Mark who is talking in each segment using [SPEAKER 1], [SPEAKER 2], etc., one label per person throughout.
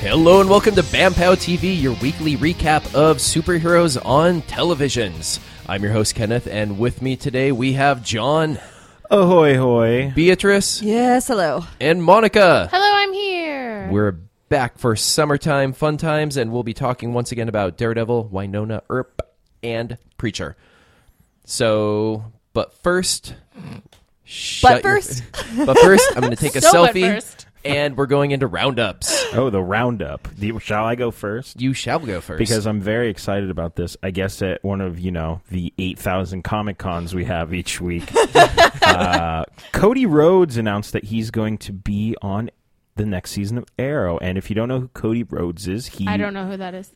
[SPEAKER 1] Hello and welcome to BAMPOW TV, your weekly recap of superheroes on televisions. I'm your host, Kenneth, and with me today we have John,
[SPEAKER 2] Ahoy hoy.
[SPEAKER 1] Beatrice,
[SPEAKER 3] Yes, hello.
[SPEAKER 1] and Monica.
[SPEAKER 4] Hello, I'm here.
[SPEAKER 1] We're back for summertime fun times, and we'll be talking once again about Daredevil, Winona Earp, and Preacher. So, but first, shut your-
[SPEAKER 3] first?
[SPEAKER 1] but first, I'm going to take a
[SPEAKER 4] So but
[SPEAKER 1] selfie,
[SPEAKER 4] first.
[SPEAKER 1] and we're going into roundups.
[SPEAKER 2] Oh, the roundup. The- Shall I go first?
[SPEAKER 1] You shall go first
[SPEAKER 2] Because I'm very excited about this. I guess at one of, you know, the 8,000 Comic Cons we have each week, uh, Cody Rhodes announced that he's going to be on the next season of Arrow. And if you don't know who Cody Rhodes is, he
[SPEAKER 4] I don't know who that is.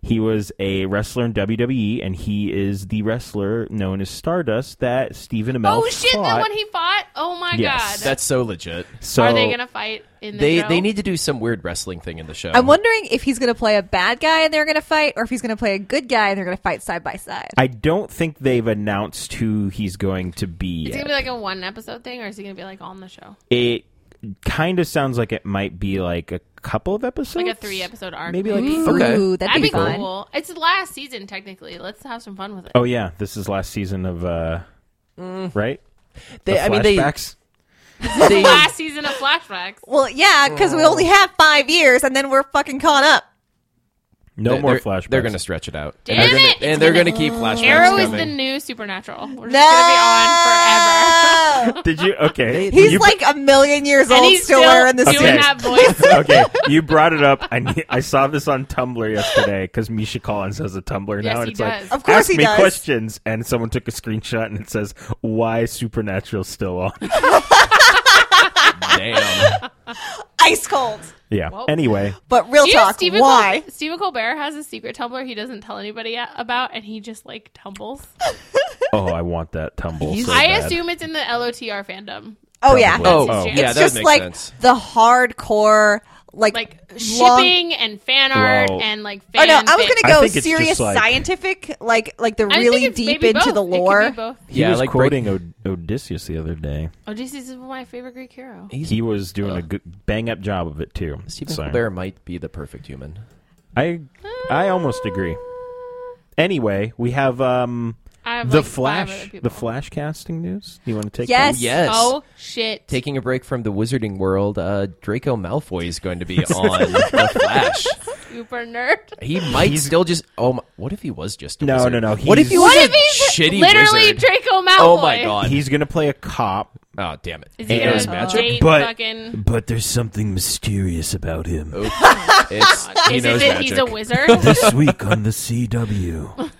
[SPEAKER 2] He was a wrestler in WWE, and he is the wrestler known as Stardust that Stephen Amell
[SPEAKER 4] oh shit,
[SPEAKER 2] fought.
[SPEAKER 4] the one he fought? Oh my
[SPEAKER 2] Yes.
[SPEAKER 4] god.
[SPEAKER 1] that's so legit.
[SPEAKER 2] so
[SPEAKER 4] Are they gonna fight in the
[SPEAKER 1] They
[SPEAKER 4] show?
[SPEAKER 1] they need to do some weird wrestling thing in the show.
[SPEAKER 3] I'm wondering if he's going to play a bad guy and they're going to fight, or if he's going to play a good guy and they're going to fight side by side.
[SPEAKER 2] I don't think they've announced who he's going to be.
[SPEAKER 4] Is it
[SPEAKER 2] yet.
[SPEAKER 4] gonna be like a one episode thing or is he gonna be like on the show?
[SPEAKER 2] it kind of sounds like it might be like a couple of episodes,
[SPEAKER 4] Like a three episode arc.
[SPEAKER 2] Maybe like
[SPEAKER 3] Ooh,
[SPEAKER 1] Okay.
[SPEAKER 3] that'd,
[SPEAKER 4] That'd
[SPEAKER 3] be,
[SPEAKER 4] be
[SPEAKER 3] fun.
[SPEAKER 4] cool. It's the last season technically. Let's have some fun with it.
[SPEAKER 2] oh yeah, this is last season of uh, right.
[SPEAKER 1] They-
[SPEAKER 2] The
[SPEAKER 1] I mean, they-
[SPEAKER 2] flashbacks?
[SPEAKER 1] they-
[SPEAKER 4] Last season of flashbacks.
[SPEAKER 3] Well, yeah, because we only have five years, and then we're fucking caught up.
[SPEAKER 2] no
[SPEAKER 1] they're-
[SPEAKER 2] more
[SPEAKER 1] they're-
[SPEAKER 2] flashbacks.
[SPEAKER 1] They're going to stretch it out.
[SPEAKER 4] Damn
[SPEAKER 1] and they're gonna,
[SPEAKER 4] it!
[SPEAKER 1] And they're going to keep flashbacks
[SPEAKER 4] Arrow is the
[SPEAKER 1] coming.
[SPEAKER 4] new supernatural. We're just gonna
[SPEAKER 3] No!
[SPEAKER 2] Did you okay?
[SPEAKER 3] He's
[SPEAKER 2] you,
[SPEAKER 3] like a million years
[SPEAKER 4] be on forever.
[SPEAKER 3] old,
[SPEAKER 4] and he's
[SPEAKER 3] still wearing the
[SPEAKER 4] doing
[SPEAKER 3] suit.
[SPEAKER 2] Okay.
[SPEAKER 4] that voice.
[SPEAKER 2] okay. You brought it up. I need, I saw this on Tumblr yesterday because Misha Collins has a Tumblr now,
[SPEAKER 4] Yes,
[SPEAKER 2] and
[SPEAKER 4] he
[SPEAKER 2] it's
[SPEAKER 4] does.
[SPEAKER 2] like,
[SPEAKER 3] Of course
[SPEAKER 2] ask
[SPEAKER 3] he
[SPEAKER 2] me
[SPEAKER 3] does.
[SPEAKER 2] questions, and someone took a screenshot and it says, "Why Supernatural still on?"
[SPEAKER 1] Damn.
[SPEAKER 3] Ice cold.
[SPEAKER 2] yeah.
[SPEAKER 4] Whoa.
[SPEAKER 2] Anyway,
[SPEAKER 3] But real
[SPEAKER 4] Do you know
[SPEAKER 3] talk,
[SPEAKER 4] Stephen
[SPEAKER 3] why?
[SPEAKER 4] Col- Stephen Colbert has a secret Tumblr he doesn't tell anybody a- about, and he just like tumbles.
[SPEAKER 2] oh, I want that tumble.
[SPEAKER 1] He's-
[SPEAKER 2] so
[SPEAKER 4] I
[SPEAKER 2] bad.
[SPEAKER 4] assume it's in the LOTR fandom.
[SPEAKER 3] oh, yeah.
[SPEAKER 2] Probably.
[SPEAKER 1] Oh,
[SPEAKER 4] Oh,
[SPEAKER 1] yeah,
[SPEAKER 3] it's
[SPEAKER 1] that
[SPEAKER 3] just
[SPEAKER 1] makes
[SPEAKER 3] like
[SPEAKER 1] sense.
[SPEAKER 3] the hardcore, like,
[SPEAKER 4] like
[SPEAKER 3] long-
[SPEAKER 4] shipping and fan art
[SPEAKER 2] Well-
[SPEAKER 4] and like
[SPEAKER 3] Oh
[SPEAKER 4] fan
[SPEAKER 3] no, I was
[SPEAKER 4] fic.
[SPEAKER 2] I
[SPEAKER 3] gonna go
[SPEAKER 2] think it's
[SPEAKER 3] serious
[SPEAKER 2] just like-
[SPEAKER 3] scientific, like like the
[SPEAKER 4] I
[SPEAKER 3] really
[SPEAKER 4] think it's
[SPEAKER 3] deep
[SPEAKER 4] maybe
[SPEAKER 3] into
[SPEAKER 4] both.
[SPEAKER 3] the
[SPEAKER 4] It could be
[SPEAKER 3] lore.
[SPEAKER 4] both.
[SPEAKER 2] He
[SPEAKER 1] Yeah,
[SPEAKER 2] was
[SPEAKER 1] like break-
[SPEAKER 2] quoting Od- Odysseus the other day.
[SPEAKER 4] Odysseus is my favorite Greek hero.
[SPEAKER 1] He's,
[SPEAKER 2] He was doing a good, bang up job of it too.
[SPEAKER 1] Stephen
[SPEAKER 2] So,
[SPEAKER 1] Colbert might be the perfect human.
[SPEAKER 2] I I almost agree. Anyway, we have um
[SPEAKER 4] I have
[SPEAKER 2] the
[SPEAKER 4] like five other
[SPEAKER 2] Flash
[SPEAKER 4] people.
[SPEAKER 2] the Flash casting news. You want to take
[SPEAKER 3] Yes.
[SPEAKER 1] Yes.
[SPEAKER 4] Oh shit!
[SPEAKER 1] Taking a break from the wizarding world, uh, Draco Malfoy is going to be on The Flash.
[SPEAKER 4] Super nerd.
[SPEAKER 1] He might still just. Oh, my, what if he was just? A
[SPEAKER 2] No,
[SPEAKER 1] wizard?
[SPEAKER 2] no, no,
[SPEAKER 1] What if he
[SPEAKER 2] he's-
[SPEAKER 1] was
[SPEAKER 4] What
[SPEAKER 1] a
[SPEAKER 4] if he's
[SPEAKER 1] shitty
[SPEAKER 4] literally
[SPEAKER 1] wizard?
[SPEAKER 4] Draco Malfoy?
[SPEAKER 1] oh my god.
[SPEAKER 2] that? He's gonna play a cop,
[SPEAKER 1] oh damn it.
[SPEAKER 4] Is he
[SPEAKER 2] And-
[SPEAKER 4] gonna
[SPEAKER 1] magic?
[SPEAKER 4] date
[SPEAKER 2] But-
[SPEAKER 4] fucking?
[SPEAKER 2] but there's something mysterious about him.
[SPEAKER 1] Oh. It's, he
[SPEAKER 4] Is
[SPEAKER 1] knows
[SPEAKER 4] it that he's a
[SPEAKER 1] magic.
[SPEAKER 4] wizard?
[SPEAKER 2] this week on the CW,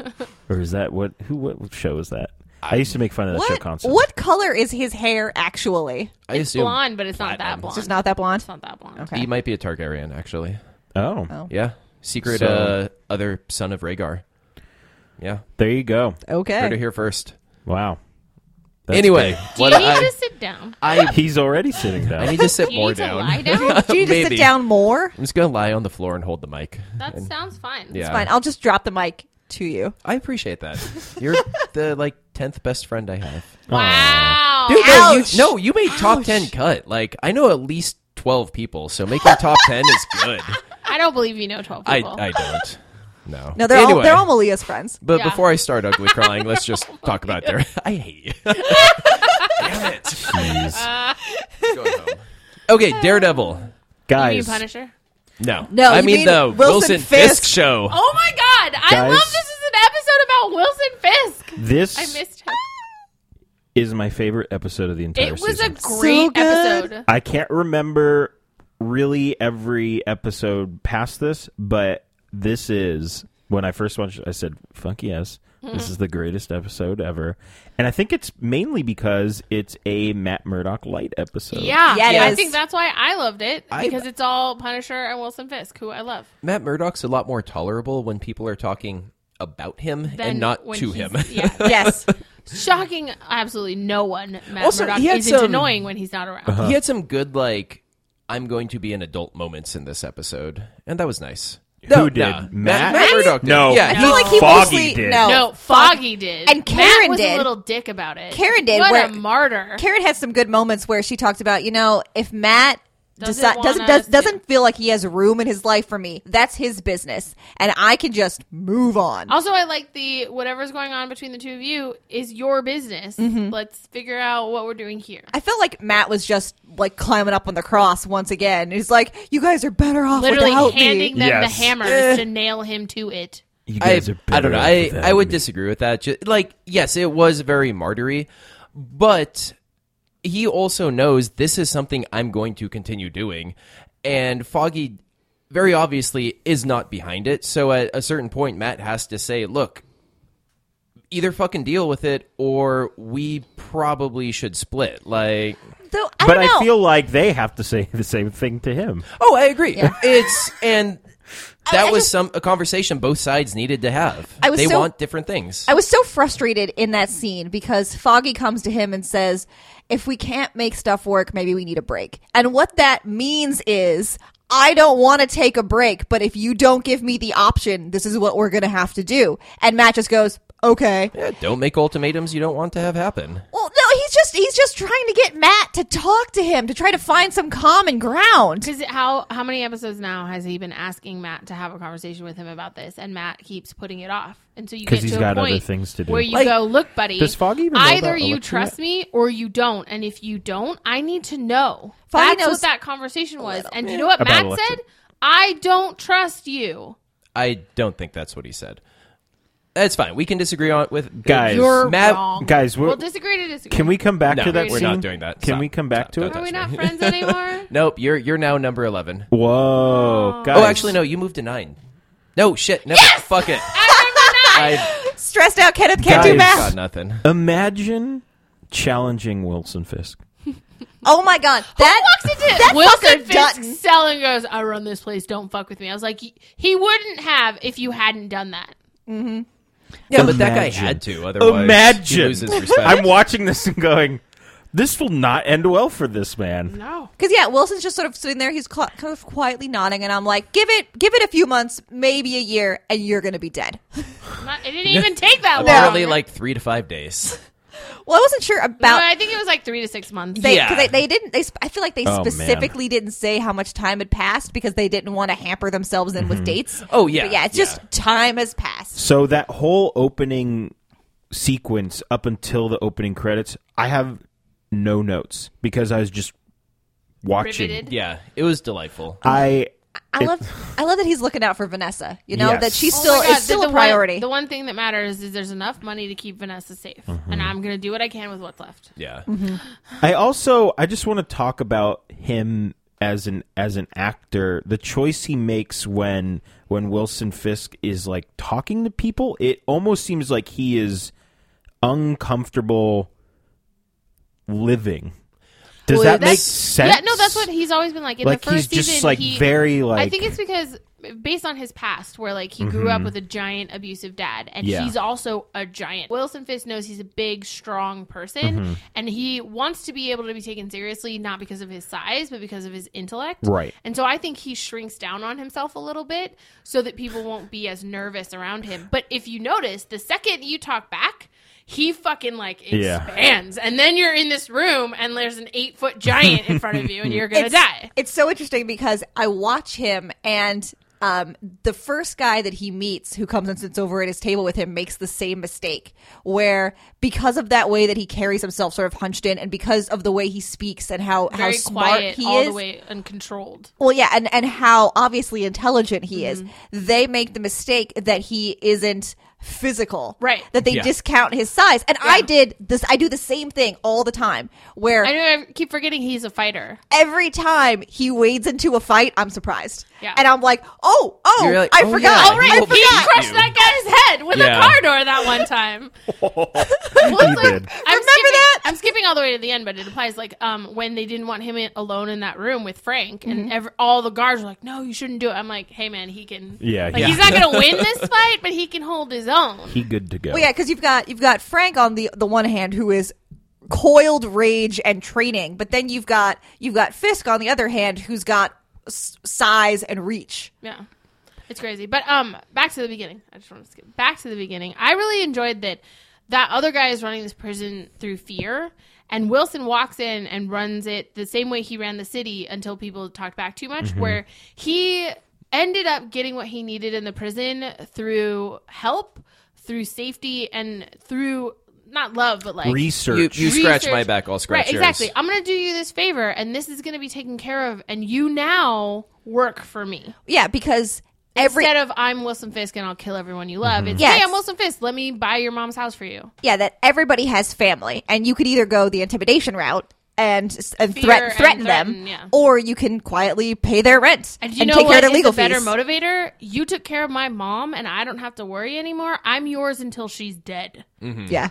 [SPEAKER 2] or is that what? Who? What show is that? I, used to make fun of that show
[SPEAKER 3] What
[SPEAKER 2] constantly.
[SPEAKER 3] what color is his hair actually?
[SPEAKER 1] I assume
[SPEAKER 4] blonde, but it's not that
[SPEAKER 1] Platinum.
[SPEAKER 4] blonde.
[SPEAKER 3] Just not that blonde.
[SPEAKER 4] It's not that blonde.
[SPEAKER 3] Okay.
[SPEAKER 1] he might be a Targaryen actually.
[SPEAKER 2] Oh,
[SPEAKER 1] Yeah. Secret
[SPEAKER 2] So-
[SPEAKER 1] uh, other son of Rhaegar. Yeah.
[SPEAKER 2] there you go.
[SPEAKER 1] Heard it
[SPEAKER 3] Okay.
[SPEAKER 1] here first.
[SPEAKER 2] Wow. That's
[SPEAKER 1] anyway,
[SPEAKER 2] big.
[SPEAKER 4] Do
[SPEAKER 1] what
[SPEAKER 4] you need
[SPEAKER 1] I,
[SPEAKER 4] to sit down?
[SPEAKER 1] I
[SPEAKER 2] he's already sitting down.
[SPEAKER 1] I need to sit
[SPEAKER 4] Do you
[SPEAKER 1] more
[SPEAKER 4] need to
[SPEAKER 1] down.
[SPEAKER 4] lie down?
[SPEAKER 3] Do you need to
[SPEAKER 1] Maybe.
[SPEAKER 3] sit down more?
[SPEAKER 1] I'm just gonna lie on the floor and hold the mic.
[SPEAKER 4] That sounds fine.
[SPEAKER 1] Yeah.
[SPEAKER 3] It's fine. I'll just drop the mic to you.
[SPEAKER 1] I appreciate that. You're the like tenth best friend I have.
[SPEAKER 4] Wow.
[SPEAKER 1] Dude, no, you,
[SPEAKER 3] Ouch.
[SPEAKER 1] no, you made top ten cut. Like I know at least twelve people, so making top ten is good.
[SPEAKER 4] I don't believe you know twelve
[SPEAKER 1] I
[SPEAKER 4] people.
[SPEAKER 1] I don't. No.
[SPEAKER 3] No, they're all
[SPEAKER 1] Anyway,
[SPEAKER 3] they're all Malia's friends.
[SPEAKER 1] But
[SPEAKER 4] Yeah.
[SPEAKER 1] before I start ugly crying, let's just talk about there. I hate you. Damn it.
[SPEAKER 2] Jeez.
[SPEAKER 1] Going home. Okay, Daredevil.
[SPEAKER 4] you mean
[SPEAKER 2] guys.
[SPEAKER 4] Punisher?
[SPEAKER 1] No,
[SPEAKER 3] No,
[SPEAKER 1] I
[SPEAKER 3] you
[SPEAKER 1] mean,
[SPEAKER 3] mean
[SPEAKER 1] the
[SPEAKER 3] Wilson
[SPEAKER 1] Wilson Fisk,
[SPEAKER 3] Fisk.
[SPEAKER 1] show.
[SPEAKER 4] Oh my god! I
[SPEAKER 2] Guys.
[SPEAKER 4] love this is an episode about Wilson Fisk.
[SPEAKER 2] This
[SPEAKER 4] I missed him.
[SPEAKER 2] is my favorite episode of the entire
[SPEAKER 4] It was a
[SPEAKER 2] season.
[SPEAKER 4] great
[SPEAKER 3] good.
[SPEAKER 4] episode.
[SPEAKER 2] I can't remember really every episode past this, but this is when I first watched. it, I said, "Fuck yes, this is the greatest episode ever," and I think it's mainly because it's a Matt Murdock light episode.
[SPEAKER 4] Yeah,
[SPEAKER 3] Yeah, it
[SPEAKER 4] I
[SPEAKER 3] is.
[SPEAKER 4] think that's why I loved it
[SPEAKER 1] I-
[SPEAKER 4] because it's all Punisher and Wilson Fisk, who I love.
[SPEAKER 1] Matt Murdock's a lot more tolerable when people are talking about him and
[SPEAKER 4] Then
[SPEAKER 1] not
[SPEAKER 4] when
[SPEAKER 1] to
[SPEAKER 4] he's-
[SPEAKER 1] him.
[SPEAKER 4] yeah,
[SPEAKER 3] Yes.
[SPEAKER 4] shocking. Absolutely no one. Matt
[SPEAKER 1] Also,
[SPEAKER 4] Murdock
[SPEAKER 1] he had
[SPEAKER 4] isn't
[SPEAKER 1] some-
[SPEAKER 4] annoying when he's not around.
[SPEAKER 3] Uh-huh.
[SPEAKER 1] He had some good like I'm going to be an adult moments in this episode, and that was nice.
[SPEAKER 2] Who did?
[SPEAKER 1] nah.
[SPEAKER 2] Matt?
[SPEAKER 1] Matt, Murdock? did.
[SPEAKER 2] No.
[SPEAKER 1] yeah,
[SPEAKER 3] I
[SPEAKER 1] he-
[SPEAKER 3] feel like he
[SPEAKER 2] Foggy
[SPEAKER 3] mostly
[SPEAKER 2] did.
[SPEAKER 3] no.
[SPEAKER 4] No, Foggy did,
[SPEAKER 3] Oh, And Karen
[SPEAKER 4] Matt was
[SPEAKER 3] did.
[SPEAKER 4] a little dick about it.
[SPEAKER 3] Karen did,
[SPEAKER 4] What
[SPEAKER 3] where-
[SPEAKER 4] a martyr!
[SPEAKER 3] Karen had some good moments where she talked about, you know, if Matt
[SPEAKER 4] Doesn't
[SPEAKER 3] decide,
[SPEAKER 4] want
[SPEAKER 3] doesn't
[SPEAKER 4] us
[SPEAKER 3] does,
[SPEAKER 4] to-
[SPEAKER 3] doesn't feel like he has room in his life for me. That's his business, and I can just move on.
[SPEAKER 4] Also, I like the whatever's going on between the two of you is your business.
[SPEAKER 3] Mm-hmm.
[SPEAKER 4] Let's figure out what we're doing here.
[SPEAKER 3] I felt like Matt was just like climbing up on the cross once again. He's like, "You guys are better off
[SPEAKER 4] Literally
[SPEAKER 3] without
[SPEAKER 4] handing
[SPEAKER 3] me."
[SPEAKER 4] them
[SPEAKER 2] Yes.
[SPEAKER 4] the Eh. hammers to nail him to it.
[SPEAKER 2] You
[SPEAKER 1] I,
[SPEAKER 2] guys are
[SPEAKER 1] I don't
[SPEAKER 2] better
[SPEAKER 1] know.
[SPEAKER 2] off
[SPEAKER 1] I,
[SPEAKER 2] without
[SPEAKER 1] I would
[SPEAKER 2] me.
[SPEAKER 1] disagree with that. Just, like, yes, it was very martyry, but he also knows this is something I'm going to continue doing. And Foggy very obviously is not behind it. So at a certain point, Matt has to say, look, either fucking deal with it or we probably should split. Like,
[SPEAKER 3] Though I
[SPEAKER 2] but
[SPEAKER 3] don't know.
[SPEAKER 2] I feel like they have to say the same thing to him.
[SPEAKER 1] oh, I agree. It's, and. That
[SPEAKER 3] I
[SPEAKER 1] was
[SPEAKER 3] just-
[SPEAKER 1] some a conversation both sides needed to have.
[SPEAKER 3] I was
[SPEAKER 1] they
[SPEAKER 3] so-
[SPEAKER 1] want different things.
[SPEAKER 3] I was so frustrated in that scene because Foggy comes to him and says, "If we can't make stuff work, maybe we need a break." And what that means is, I don't want to take a break, but if you don't give me the option, this is what we're going to have to do. And Matt just goes, "Okay."
[SPEAKER 1] Yeah, don't make ultimatums you don't want to have happen.
[SPEAKER 3] Well, no, he's just he's just trying to get Matt to talk to him to try to find some common ground.
[SPEAKER 4] Because how how many episodes now has he been asking Matt to have a conversation with him about this, and Matt keeps putting it off, and so you
[SPEAKER 2] 'Cause
[SPEAKER 4] get
[SPEAKER 2] he's
[SPEAKER 4] to a
[SPEAKER 2] got other
[SPEAKER 4] point
[SPEAKER 2] things to do.
[SPEAKER 4] where you
[SPEAKER 1] Like,
[SPEAKER 4] go, look, buddy.
[SPEAKER 2] does Foggy even know
[SPEAKER 4] either
[SPEAKER 2] about
[SPEAKER 4] you
[SPEAKER 2] Electra
[SPEAKER 4] trust
[SPEAKER 2] yet?
[SPEAKER 4] me or you don't, and if you don't, I need to know.
[SPEAKER 3] Foggy
[SPEAKER 4] That's
[SPEAKER 3] knows
[SPEAKER 4] what that conversation was, and you know what
[SPEAKER 2] About
[SPEAKER 4] Matt
[SPEAKER 2] Electra.
[SPEAKER 4] said? I don't trust you.
[SPEAKER 1] I don't think that's what he said. That's fine. We can disagree on with
[SPEAKER 2] Guys.
[SPEAKER 4] You're
[SPEAKER 1] Matt-
[SPEAKER 4] wrong,
[SPEAKER 2] Guys, we're-
[SPEAKER 4] we'll disagree to disagree.
[SPEAKER 2] Can we come back
[SPEAKER 1] No,
[SPEAKER 2] to that
[SPEAKER 1] we're
[SPEAKER 2] scene?
[SPEAKER 1] not doing that.
[SPEAKER 2] Can
[SPEAKER 1] Stop.
[SPEAKER 2] we come back
[SPEAKER 1] Stop.
[SPEAKER 2] to
[SPEAKER 1] Don't
[SPEAKER 2] it?
[SPEAKER 4] Are we
[SPEAKER 1] touch
[SPEAKER 4] not
[SPEAKER 1] me.
[SPEAKER 4] friends anymore?
[SPEAKER 1] Nope, you're you're now number eleven.
[SPEAKER 2] Whoa, guys.
[SPEAKER 1] Oh, actually, no. You moved to nine. No shit. No. Fuck it. I
[SPEAKER 3] Stressed out Kenneth can't
[SPEAKER 2] Guys.
[SPEAKER 3] do math.
[SPEAKER 1] got nothing.
[SPEAKER 2] Imagine challenging Wilson Fisk.
[SPEAKER 3] Oh my god. That
[SPEAKER 4] walks into
[SPEAKER 3] that
[SPEAKER 4] Wilson
[SPEAKER 3] fucker
[SPEAKER 4] Fisk
[SPEAKER 3] Dutton.
[SPEAKER 4] selling goes, I run this place, don't fuck with me. I was like, he wouldn't have if you hadn't done that.
[SPEAKER 1] Yeah, but that guy
[SPEAKER 2] Imagine.
[SPEAKER 1] had to. Otherwise,
[SPEAKER 2] Imagine.
[SPEAKER 1] he loses respect.
[SPEAKER 2] I'm watching this and going, this will not end well for this man.
[SPEAKER 4] No.
[SPEAKER 3] Cuz yeah, Wilson's just sort of sitting there. He's cla- kind of quietly nodding and I'm like, "Give it give it a few months, maybe a year and you're going to be dead."
[SPEAKER 4] Not, it didn't even take that long.
[SPEAKER 1] Apparently, like three to five days.
[SPEAKER 3] Well, I wasn't sure
[SPEAKER 4] No,
[SPEAKER 3] about
[SPEAKER 4] I think it was like three to six months.
[SPEAKER 3] they,
[SPEAKER 1] Yeah.
[SPEAKER 3] 'cause they, they didn't. They, sp- I feel like they
[SPEAKER 2] Oh, man.
[SPEAKER 3] specifically didn't say how much time had passed because they didn't want to hamper themselves in with dates.
[SPEAKER 1] Oh, yeah,
[SPEAKER 3] but yeah. It's
[SPEAKER 1] yeah.
[SPEAKER 3] just time has passed.
[SPEAKER 2] So that whole opening sequence up until the opening credits, I have no notes because I was just watching.
[SPEAKER 4] Riveted.
[SPEAKER 1] Yeah, it was delightful.
[SPEAKER 2] I
[SPEAKER 3] I
[SPEAKER 2] It-
[SPEAKER 3] love I love that he's looking out for Vanessa. You know
[SPEAKER 2] Yes.
[SPEAKER 3] that she's
[SPEAKER 2] Oh
[SPEAKER 3] still
[SPEAKER 4] my God,
[SPEAKER 3] it's still
[SPEAKER 4] the
[SPEAKER 3] a priority.
[SPEAKER 4] One, the one thing that matters is there's enough money to keep Vanessa safe,
[SPEAKER 2] Mm-hmm.
[SPEAKER 4] and I'm gonna do what I can with what's left.
[SPEAKER 1] Yeah.
[SPEAKER 2] I also I just want to talk about him as an as an actor. The choice he makes when when Wilson Fisk is like talking to people, it almost seems like he is uncomfortable living. Does
[SPEAKER 1] Well,
[SPEAKER 2] that make
[SPEAKER 1] that's-
[SPEAKER 2] sense?
[SPEAKER 4] Yeah, no, that's what he's always been like. In
[SPEAKER 2] like
[SPEAKER 4] the first
[SPEAKER 2] he's just
[SPEAKER 4] season,
[SPEAKER 2] like
[SPEAKER 4] he,
[SPEAKER 2] very like Mm-hmm.
[SPEAKER 4] I think it's because based on his past, where like he grew up with a giant abusive dad, and
[SPEAKER 2] Yeah.
[SPEAKER 4] he's also a giant. Wilson Fisk knows he's a big, strong person,
[SPEAKER 2] Mm-hmm.
[SPEAKER 4] and he wants to be able to be taken seriously, not because of his size, but because of his intellect.
[SPEAKER 2] Right.
[SPEAKER 4] And so I think he shrinks down on himself a little bit so that people won't be as nervous around him. But if you notice, the second you talk back. He fucking like
[SPEAKER 2] Yeah.
[SPEAKER 4] expands, and then you're in this room, and there's an eight foot giant in front of you, and you're gonna die.
[SPEAKER 3] It's so interesting because I watch him and um, the first guy that he meets who comes and sits over at his table with him makes the same mistake where because of that way that he carries himself sort of hunched in and because of the way he speaks and how, how
[SPEAKER 4] very
[SPEAKER 3] smart
[SPEAKER 4] quiet
[SPEAKER 3] he
[SPEAKER 4] all
[SPEAKER 3] is
[SPEAKER 4] the way uncontrolled.
[SPEAKER 3] well yeah and, and how obviously intelligent he
[SPEAKER 4] Mm-hmm.
[SPEAKER 3] is they make the mistake that he isn't physical
[SPEAKER 4] Right.
[SPEAKER 3] that they
[SPEAKER 1] Yeah.
[SPEAKER 3] discount his size and i did this i do the same thing all the time where
[SPEAKER 4] I know I keep forgetting he's a fighter.
[SPEAKER 3] every time he wades into a fight, I'm surprised.
[SPEAKER 4] Yeah.
[SPEAKER 3] And I'm like, oh, oh,
[SPEAKER 1] You're like,
[SPEAKER 3] I
[SPEAKER 1] oh,
[SPEAKER 3] forgot.
[SPEAKER 1] yeah,
[SPEAKER 4] Oh right,
[SPEAKER 1] he
[SPEAKER 4] he,
[SPEAKER 1] will beat
[SPEAKER 4] crushed
[SPEAKER 1] you.
[SPEAKER 4] that guy's head with
[SPEAKER 1] Yeah.
[SPEAKER 4] a car door that one time.
[SPEAKER 2] he did.
[SPEAKER 4] I'm
[SPEAKER 3] Remember
[SPEAKER 4] skipping,
[SPEAKER 3] that?
[SPEAKER 4] I'm skipping all the way to the end, but it applies like um when they didn't want him in, alone in that room with Frank, and ev all the guards were like, "No, you shouldn't do it." I'm like, "Hey, man, he can.
[SPEAKER 2] Yeah,
[SPEAKER 4] like,
[SPEAKER 2] yeah.
[SPEAKER 4] he's not gonna win this fight, but he can hold his own."
[SPEAKER 2] He good to go.
[SPEAKER 4] Oh,
[SPEAKER 3] Well, yeah, because you've got you've got Frank on the the one hand who is coiled rage and training, but then you've got you've got Fisk on the other hand who's got s- size and reach.
[SPEAKER 4] Yeah. It's crazy. But um back to the beginning. I just want to skip back to the beginning. I really enjoyed that that other guy is running this prison through fear And Wilson walks in and runs it the same way he ran the city until people talked back too
[SPEAKER 1] Mm-hmm.
[SPEAKER 4] much, where he ended up getting what he needed in the prison through help, through safety, and through not love, but like
[SPEAKER 2] Research.
[SPEAKER 1] You- scratch my back, I'll scratch
[SPEAKER 4] Right,
[SPEAKER 1] yours.
[SPEAKER 4] exactly. I'm going to do you this favor, and this is going to be taken care of, and you now work for me.
[SPEAKER 3] Yeah, because every
[SPEAKER 4] Instead of I'm Wilson Fisk and I'll kill everyone you love, it's
[SPEAKER 3] Yes.
[SPEAKER 4] hey, I'm Wilson Fisk. Let me buy your mom's house for you.
[SPEAKER 3] yeah that everybody has family, and you could either go the intimidation route and and
[SPEAKER 4] Fear
[SPEAKER 3] threaten
[SPEAKER 4] and
[SPEAKER 3] threaten them,
[SPEAKER 4] threaten, yeah.
[SPEAKER 3] or you can quietly pay their rent
[SPEAKER 4] And
[SPEAKER 3] and,
[SPEAKER 4] you know
[SPEAKER 3] take
[SPEAKER 4] what?
[SPEAKER 3] care of
[SPEAKER 4] It's
[SPEAKER 3] their legal
[SPEAKER 4] a better
[SPEAKER 3] fees.
[SPEAKER 4] motivator. You took care of my mom, and I don't have to worry anymore. I'm yours until she's dead.
[SPEAKER 1] Hmm.
[SPEAKER 3] Yeah,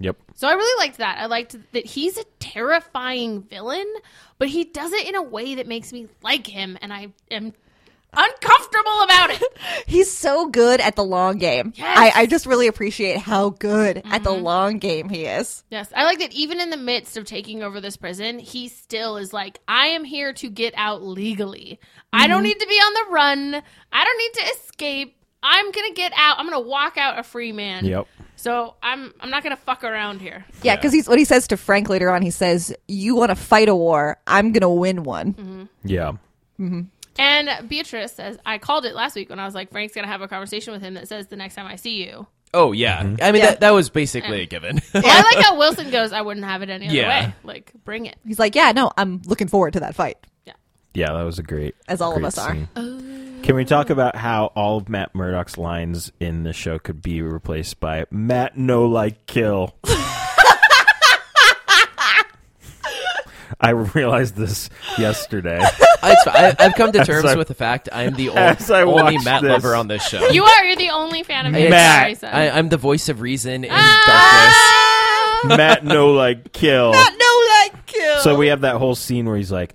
[SPEAKER 2] Yep.
[SPEAKER 4] So I really liked that. I liked that he's a terrifying villain, but he does it in a way that makes me like him, and I am uncomfortable about it.
[SPEAKER 3] he's so good at the long game.
[SPEAKER 4] Yes. Mm-hmm.
[SPEAKER 3] I, I just really appreciate how good at the long game he is.
[SPEAKER 4] Yes, I like that even in the midst of taking over this prison, he still is like, I am here to get out legally. I don't need to be on the run. I don't need to escape. I'm going to get out. I'm going to walk out a free man.
[SPEAKER 2] Yep.
[SPEAKER 4] So I'm I'm not going to fuck around here.
[SPEAKER 3] Yeah, because he's what he says to Frank later on. He says, "You want to fight a war? I'm gonna win one."
[SPEAKER 4] Mm-hmm.
[SPEAKER 2] Yeah.
[SPEAKER 4] And Beatrice says, I called it last week when I was like, Frank's going to have a conversation with him that says the next time I see you.
[SPEAKER 1] Oh yeah,
[SPEAKER 2] Mm-hmm.
[SPEAKER 1] I mean
[SPEAKER 3] Yeah.
[SPEAKER 1] that that was basically a given.
[SPEAKER 4] Well, I like how Wilson goes, I wouldn't have it any other
[SPEAKER 1] Yeah.
[SPEAKER 4] way. Like, bring it.
[SPEAKER 3] He's like, "Yeah, no, I'm looking forward to that fight."
[SPEAKER 2] Yeah, that was a great.
[SPEAKER 3] As all of
[SPEAKER 2] great
[SPEAKER 3] us are.
[SPEAKER 2] scene. Can we talk about how all of Matt Murdock's lines in the show could be replaced by Matt No Like Kill? I realized this yesterday.
[SPEAKER 1] I, it's- I, I've come to terms
[SPEAKER 2] I-
[SPEAKER 1] with the fact I'm the ol-
[SPEAKER 2] as I
[SPEAKER 1] only
[SPEAKER 2] watch
[SPEAKER 1] Matt
[SPEAKER 2] this.
[SPEAKER 1] lover on this show.
[SPEAKER 4] You are. You're the only fan of his.
[SPEAKER 2] Matt.
[SPEAKER 4] sorry, son.
[SPEAKER 1] I, I'm the voice of reason in darkness.
[SPEAKER 3] Ah,
[SPEAKER 2] Matt No Like Kill.
[SPEAKER 3] no, like kill.
[SPEAKER 2] So we have that whole scene where he's like,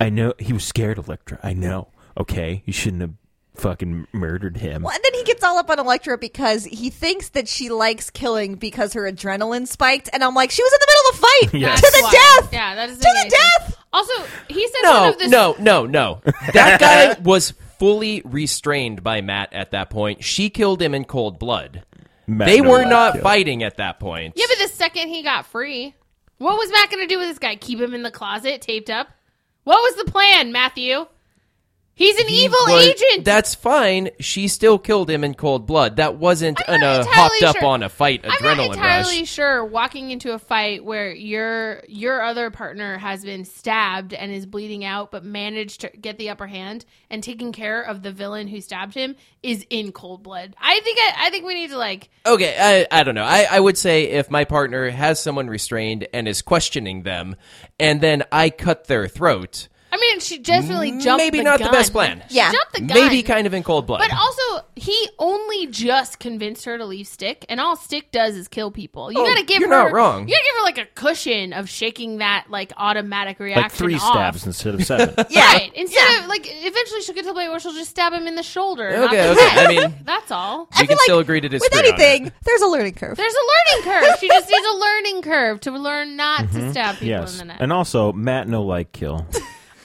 [SPEAKER 2] I know he was scared, Electra. I know. Okay. You shouldn't have fucking murdered him.
[SPEAKER 3] Well, and then he gets all up on Electra because he thinks that she likes killing because her adrenaline spiked. And I'm like, she was in the middle of a fight
[SPEAKER 2] Yes.
[SPEAKER 3] to the
[SPEAKER 4] Why?
[SPEAKER 3] death.
[SPEAKER 4] Yeah, that is
[SPEAKER 3] To the death!
[SPEAKER 4] Also, he said one
[SPEAKER 1] No,
[SPEAKER 4] of the
[SPEAKER 1] no, no, no. That guy was fully restrained by Matt at that point. She killed him in cold blood.
[SPEAKER 2] Matt
[SPEAKER 1] They
[SPEAKER 2] No
[SPEAKER 1] were
[SPEAKER 2] Like
[SPEAKER 1] not
[SPEAKER 2] Kill.
[SPEAKER 1] fighting at that point.
[SPEAKER 4] Yeah, but the second he got free, what was Matt going to do with this guy? Keep him in the closet, taped up? What was the plan, Matthew? He's an evil
[SPEAKER 1] was-
[SPEAKER 4] agent.
[SPEAKER 1] That's fine. She still killed him in cold blood. That wasn't
[SPEAKER 4] I'm
[SPEAKER 1] an
[SPEAKER 4] not
[SPEAKER 1] uh,
[SPEAKER 4] entirely
[SPEAKER 1] hopped up
[SPEAKER 4] sure.
[SPEAKER 1] on a fight
[SPEAKER 4] I'm
[SPEAKER 1] adrenaline
[SPEAKER 4] not entirely
[SPEAKER 1] rush.
[SPEAKER 4] sure walking into a fight where your your other partner has been stabbed and is bleeding out but managed to get the upper hand and taking care of the villain who stabbed him is in cold blood. I think I, I think we need to like
[SPEAKER 1] Okay, I, I don't know. I, I would say if my partner has someone restrained and is questioning them, and then I cut their throat,
[SPEAKER 4] I mean she just really jumped
[SPEAKER 1] maybe
[SPEAKER 4] the
[SPEAKER 1] not the
[SPEAKER 4] gun.
[SPEAKER 1] best plan.
[SPEAKER 4] She
[SPEAKER 3] Yeah.
[SPEAKER 4] jumped the gun.
[SPEAKER 1] maybe kind of in cold blood.
[SPEAKER 4] But also, he only just convinced her to leave Stick, and all Stick does is kill people. You
[SPEAKER 1] Oh,
[SPEAKER 4] gotta give
[SPEAKER 1] you're
[SPEAKER 4] her
[SPEAKER 1] not wrong.
[SPEAKER 4] You gotta give her like a cushion of shaking that like automatic reaction.
[SPEAKER 2] Like three
[SPEAKER 4] off.
[SPEAKER 2] stabs instead of seven.
[SPEAKER 3] Yeah.
[SPEAKER 4] Right. Instead of like, eventually she'll get to the point where she'll just stab him in the shoulder. not
[SPEAKER 1] Okay,
[SPEAKER 4] the
[SPEAKER 1] okay,
[SPEAKER 4] head.
[SPEAKER 1] I mean-
[SPEAKER 4] that's all.
[SPEAKER 1] we can
[SPEAKER 3] feel like
[SPEAKER 1] still agree to disagree.
[SPEAKER 3] With
[SPEAKER 1] on it.
[SPEAKER 3] anything, there's a learning curve.
[SPEAKER 4] There's a learning curve. She just needs a learning curve to learn not to stab people in
[SPEAKER 2] Mm-hmm. yes.
[SPEAKER 4] the neck.
[SPEAKER 2] And also, Matt No Like Kill.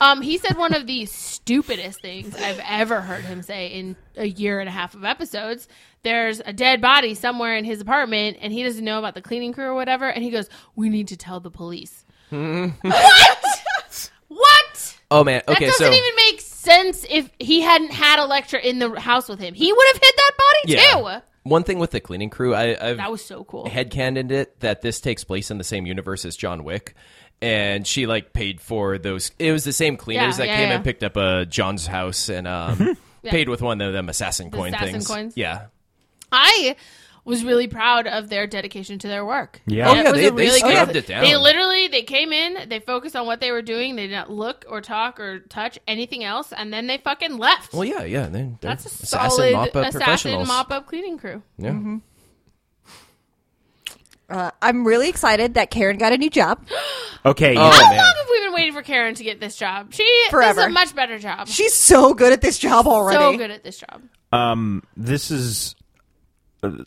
[SPEAKER 4] Um, he said one of the stupidest things I've ever heard him say in a year and a half of episodes. There's a dead body somewhere in his apartment, and he doesn't know about the cleaning crew or whatever. And he goes, "We need to tell the police." what? What?
[SPEAKER 1] Oh man. Okay,
[SPEAKER 4] that
[SPEAKER 1] so
[SPEAKER 4] doesn't even make sense. If he hadn't had Electra in the house with him, he would have hit that body
[SPEAKER 1] yeah.
[SPEAKER 4] too.
[SPEAKER 1] One thing with the cleaning crew, I, I've
[SPEAKER 4] That was so cool.
[SPEAKER 1] headcanoned it that this takes place in the same universe as John Wick. And she like paid for those. It was the same cleaners
[SPEAKER 4] Yeah,
[SPEAKER 1] that
[SPEAKER 4] yeah,
[SPEAKER 1] came
[SPEAKER 4] yeah.
[SPEAKER 1] and picked up uh, John's house and um, paid with one of them assassin coin
[SPEAKER 4] assassin
[SPEAKER 1] things.
[SPEAKER 4] coins?
[SPEAKER 1] Yeah.
[SPEAKER 4] I was really proud of their dedication to their work.
[SPEAKER 2] Yeah. Oh,
[SPEAKER 4] It
[SPEAKER 1] yeah,
[SPEAKER 4] was
[SPEAKER 1] they-
[SPEAKER 4] a
[SPEAKER 1] they
[SPEAKER 4] really good-
[SPEAKER 1] scrubbed it down.
[SPEAKER 4] They literally they came in, they focused on what they were doing, they did not look or talk or touch anything else, and then they fucking left.
[SPEAKER 1] Well, yeah, yeah. They're, they're
[SPEAKER 4] That's a
[SPEAKER 1] assassin
[SPEAKER 4] solid
[SPEAKER 1] mop-up
[SPEAKER 4] assassin
[SPEAKER 1] professionals.
[SPEAKER 4] mop up cleaning crew.
[SPEAKER 1] Yeah.
[SPEAKER 3] Uh, I'm really excited that Karen got a new job.
[SPEAKER 2] Okay.
[SPEAKER 1] Oh,
[SPEAKER 2] yeah.
[SPEAKER 4] How
[SPEAKER 1] man.
[SPEAKER 4] long have we been waiting for Karen to get this job? She
[SPEAKER 3] Forever.
[SPEAKER 4] does a much better job.
[SPEAKER 3] She's so good at this job already.
[SPEAKER 4] so good at this job.
[SPEAKER 2] Um, this is uh,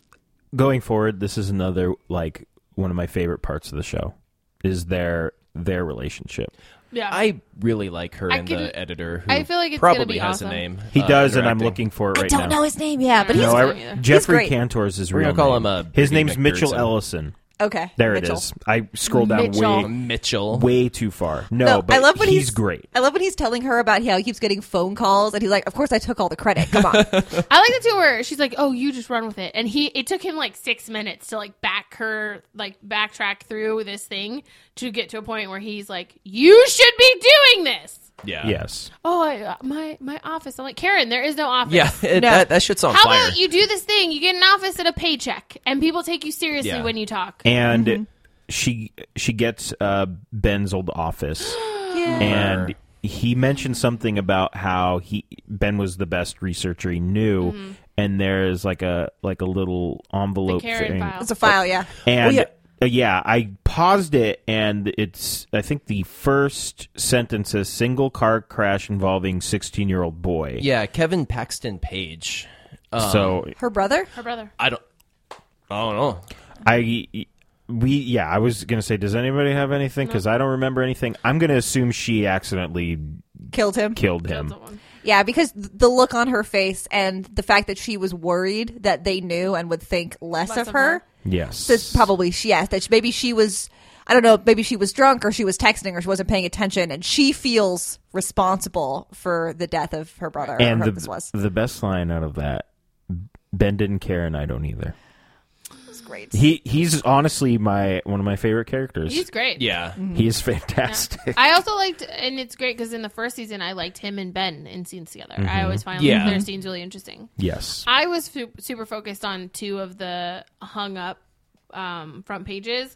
[SPEAKER 2] going forward. This is another like one of my favorite parts of the show is their their relationship.
[SPEAKER 4] Yeah.
[SPEAKER 1] I really like her
[SPEAKER 4] I
[SPEAKER 1] and
[SPEAKER 4] can-
[SPEAKER 1] the editor who
[SPEAKER 4] I feel like it's gonna
[SPEAKER 1] probably
[SPEAKER 4] be
[SPEAKER 1] has
[SPEAKER 4] awesome.
[SPEAKER 1] a name.
[SPEAKER 2] He
[SPEAKER 1] uh,
[SPEAKER 2] does, and I'm
[SPEAKER 1] interacting.
[SPEAKER 2] looking for it right
[SPEAKER 3] Don't
[SPEAKER 2] now.
[SPEAKER 3] know his name, yeah, but he's
[SPEAKER 2] No, I-
[SPEAKER 4] He's
[SPEAKER 2] Jeffrey
[SPEAKER 3] great.
[SPEAKER 2] Cantor's his
[SPEAKER 1] We're
[SPEAKER 2] real
[SPEAKER 1] gonna call him,
[SPEAKER 2] name.
[SPEAKER 1] uh,
[SPEAKER 2] his
[SPEAKER 1] Brady
[SPEAKER 2] name's Mitchell
[SPEAKER 1] McPherson.
[SPEAKER 2] Ellison.
[SPEAKER 3] Okay.
[SPEAKER 2] There
[SPEAKER 3] Mitchell.
[SPEAKER 2] it is. I scrolled down
[SPEAKER 4] Mitchell.
[SPEAKER 2] way
[SPEAKER 1] Mitchell.
[SPEAKER 2] way too far. No,
[SPEAKER 3] No,
[SPEAKER 2] but
[SPEAKER 3] I love when
[SPEAKER 2] he's, great.
[SPEAKER 3] I love when he's telling her about how he keeps getting phone calls, and he's like, "Of course, I took all the credit. Come on."
[SPEAKER 4] I like the two where she's like, "Oh, you just run with it," and he. It took him like six minutes to like back her, like backtrack through this thing to get to a point where he's like, "You should be doing this."
[SPEAKER 3] uh,
[SPEAKER 1] Yeah.
[SPEAKER 2] Yes.
[SPEAKER 4] Oh, I, my my office. I'm like Karen. There is no office.
[SPEAKER 1] Yeah. it-
[SPEAKER 3] No.
[SPEAKER 1] That, that shit's on
[SPEAKER 4] How
[SPEAKER 1] fire.
[SPEAKER 4] about you do this thing? You get an office and a paycheck, and people take you seriously
[SPEAKER 1] Yeah.
[SPEAKER 4] when you talk.
[SPEAKER 2] And
[SPEAKER 3] Mm-hmm.
[SPEAKER 2] she she gets uh, Ben's old office, and he mentioned something about how he Ben was the best researcher he knew, and there's like a like a little envelope
[SPEAKER 4] Karen
[SPEAKER 2] thing.
[SPEAKER 4] file.
[SPEAKER 3] it's a file, yeah.
[SPEAKER 2] And
[SPEAKER 1] Well,
[SPEAKER 2] uh, yeah, I paused it, and it's I think the first sentence says single car crash involving sixteen year old boy.
[SPEAKER 1] yeah. Kevin Paxton Page.
[SPEAKER 2] So
[SPEAKER 3] Her brother.
[SPEAKER 4] Her brother.
[SPEAKER 1] I don't. I don't know.
[SPEAKER 2] I we yeah I was gonna say does anybody have anything because I don't remember anything. I'm gonna assume she accidentally
[SPEAKER 3] killed him.
[SPEAKER 2] killed him.
[SPEAKER 4] Someone.
[SPEAKER 3] Yeah, because th- the look on her face and the fact that she was worried that they knew and would think less, of, her,
[SPEAKER 2] Yes,
[SPEAKER 3] That's probably she. Yes, that she- maybe she was. I don't know. Maybe she was drunk, or she was texting, or she wasn't paying attention, and she feels responsible for the death of her brother.
[SPEAKER 2] and
[SPEAKER 3] or
[SPEAKER 2] the
[SPEAKER 3] her, this was
[SPEAKER 2] the best line out of that. Ben didn't care, and I don't either.
[SPEAKER 3] It's great.
[SPEAKER 2] He he's honestly my one of my favorite characters.
[SPEAKER 4] He's great.
[SPEAKER 1] Yeah.
[SPEAKER 4] Mm-hmm.
[SPEAKER 2] He's fantastic.
[SPEAKER 4] I also liked, and it's great because in the first season, I liked him and Ben in scenes together. I always find
[SPEAKER 1] Mm-hmm. Yeah.
[SPEAKER 4] their scenes really interesting.
[SPEAKER 2] Yes,
[SPEAKER 4] I was su- super focused on two of the hung up um, front pages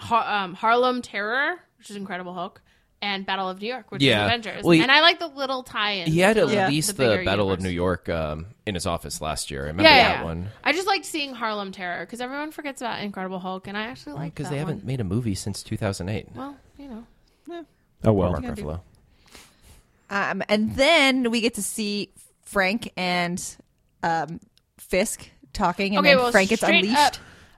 [SPEAKER 4] ha- um, Harlem Terror, which is Incredible Hulk, and Battle of New York, which
[SPEAKER 1] Yeah.
[SPEAKER 4] is Avengers.
[SPEAKER 1] Well, he-
[SPEAKER 4] and I like the little tie in.
[SPEAKER 1] He had at
[SPEAKER 3] Yeah.
[SPEAKER 1] least
[SPEAKER 4] The
[SPEAKER 1] the,
[SPEAKER 4] bigger
[SPEAKER 1] Battle of
[SPEAKER 4] universe.
[SPEAKER 1] New York um, in his office last year. I remember
[SPEAKER 4] Yeah, yeah,
[SPEAKER 1] that
[SPEAKER 4] yeah.
[SPEAKER 1] one
[SPEAKER 4] I just liked seeing Harlem Terror because everyone forgets about Incredible Hulk, and I actually like
[SPEAKER 1] because
[SPEAKER 4] that
[SPEAKER 1] they haven't
[SPEAKER 4] one.
[SPEAKER 1] made a movie since 2008.
[SPEAKER 4] Well, you know,
[SPEAKER 2] Oh
[SPEAKER 1] Poor
[SPEAKER 2] well.
[SPEAKER 1] Mark Ruffalo.
[SPEAKER 3] Um, and then we get to see Frank and um, Fisk talking, and
[SPEAKER 4] okay.
[SPEAKER 3] then
[SPEAKER 4] Well,
[SPEAKER 3] Frank gets
[SPEAKER 4] straight
[SPEAKER 3] unleashed.
[SPEAKER 4] up,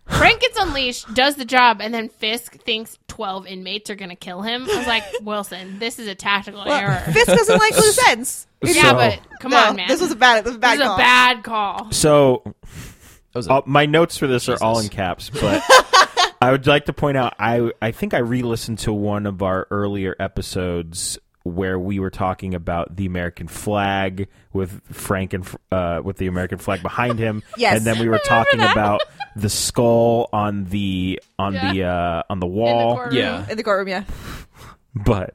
[SPEAKER 4] Frank gets unleashed, does the job, and then Fisk thinks twelve inmates are going to kill him. I was like, Wilson, this is a tactical
[SPEAKER 3] Well,
[SPEAKER 4] error.
[SPEAKER 3] Fisk doesn't like loose ends.
[SPEAKER 4] yeah,
[SPEAKER 2] So-
[SPEAKER 4] but come
[SPEAKER 3] No,
[SPEAKER 4] on, man.
[SPEAKER 3] This was a bad. This was a bad
[SPEAKER 4] This is
[SPEAKER 3] call.
[SPEAKER 4] a bad call.
[SPEAKER 2] So
[SPEAKER 1] That was a-
[SPEAKER 2] uh,
[SPEAKER 4] Oh.
[SPEAKER 2] my notes for this are all in caps, but I would like to point out I I think I re-listened to one of our earlier episodes where we were talking about the American flag with Frank and Fr- uh, with the American flag behind him,
[SPEAKER 3] Yes.
[SPEAKER 2] and then we were talking about the skull on the on the uh, on the wall,
[SPEAKER 4] courtroom.
[SPEAKER 1] yeah.
[SPEAKER 3] in the courtroom. Yeah,
[SPEAKER 2] but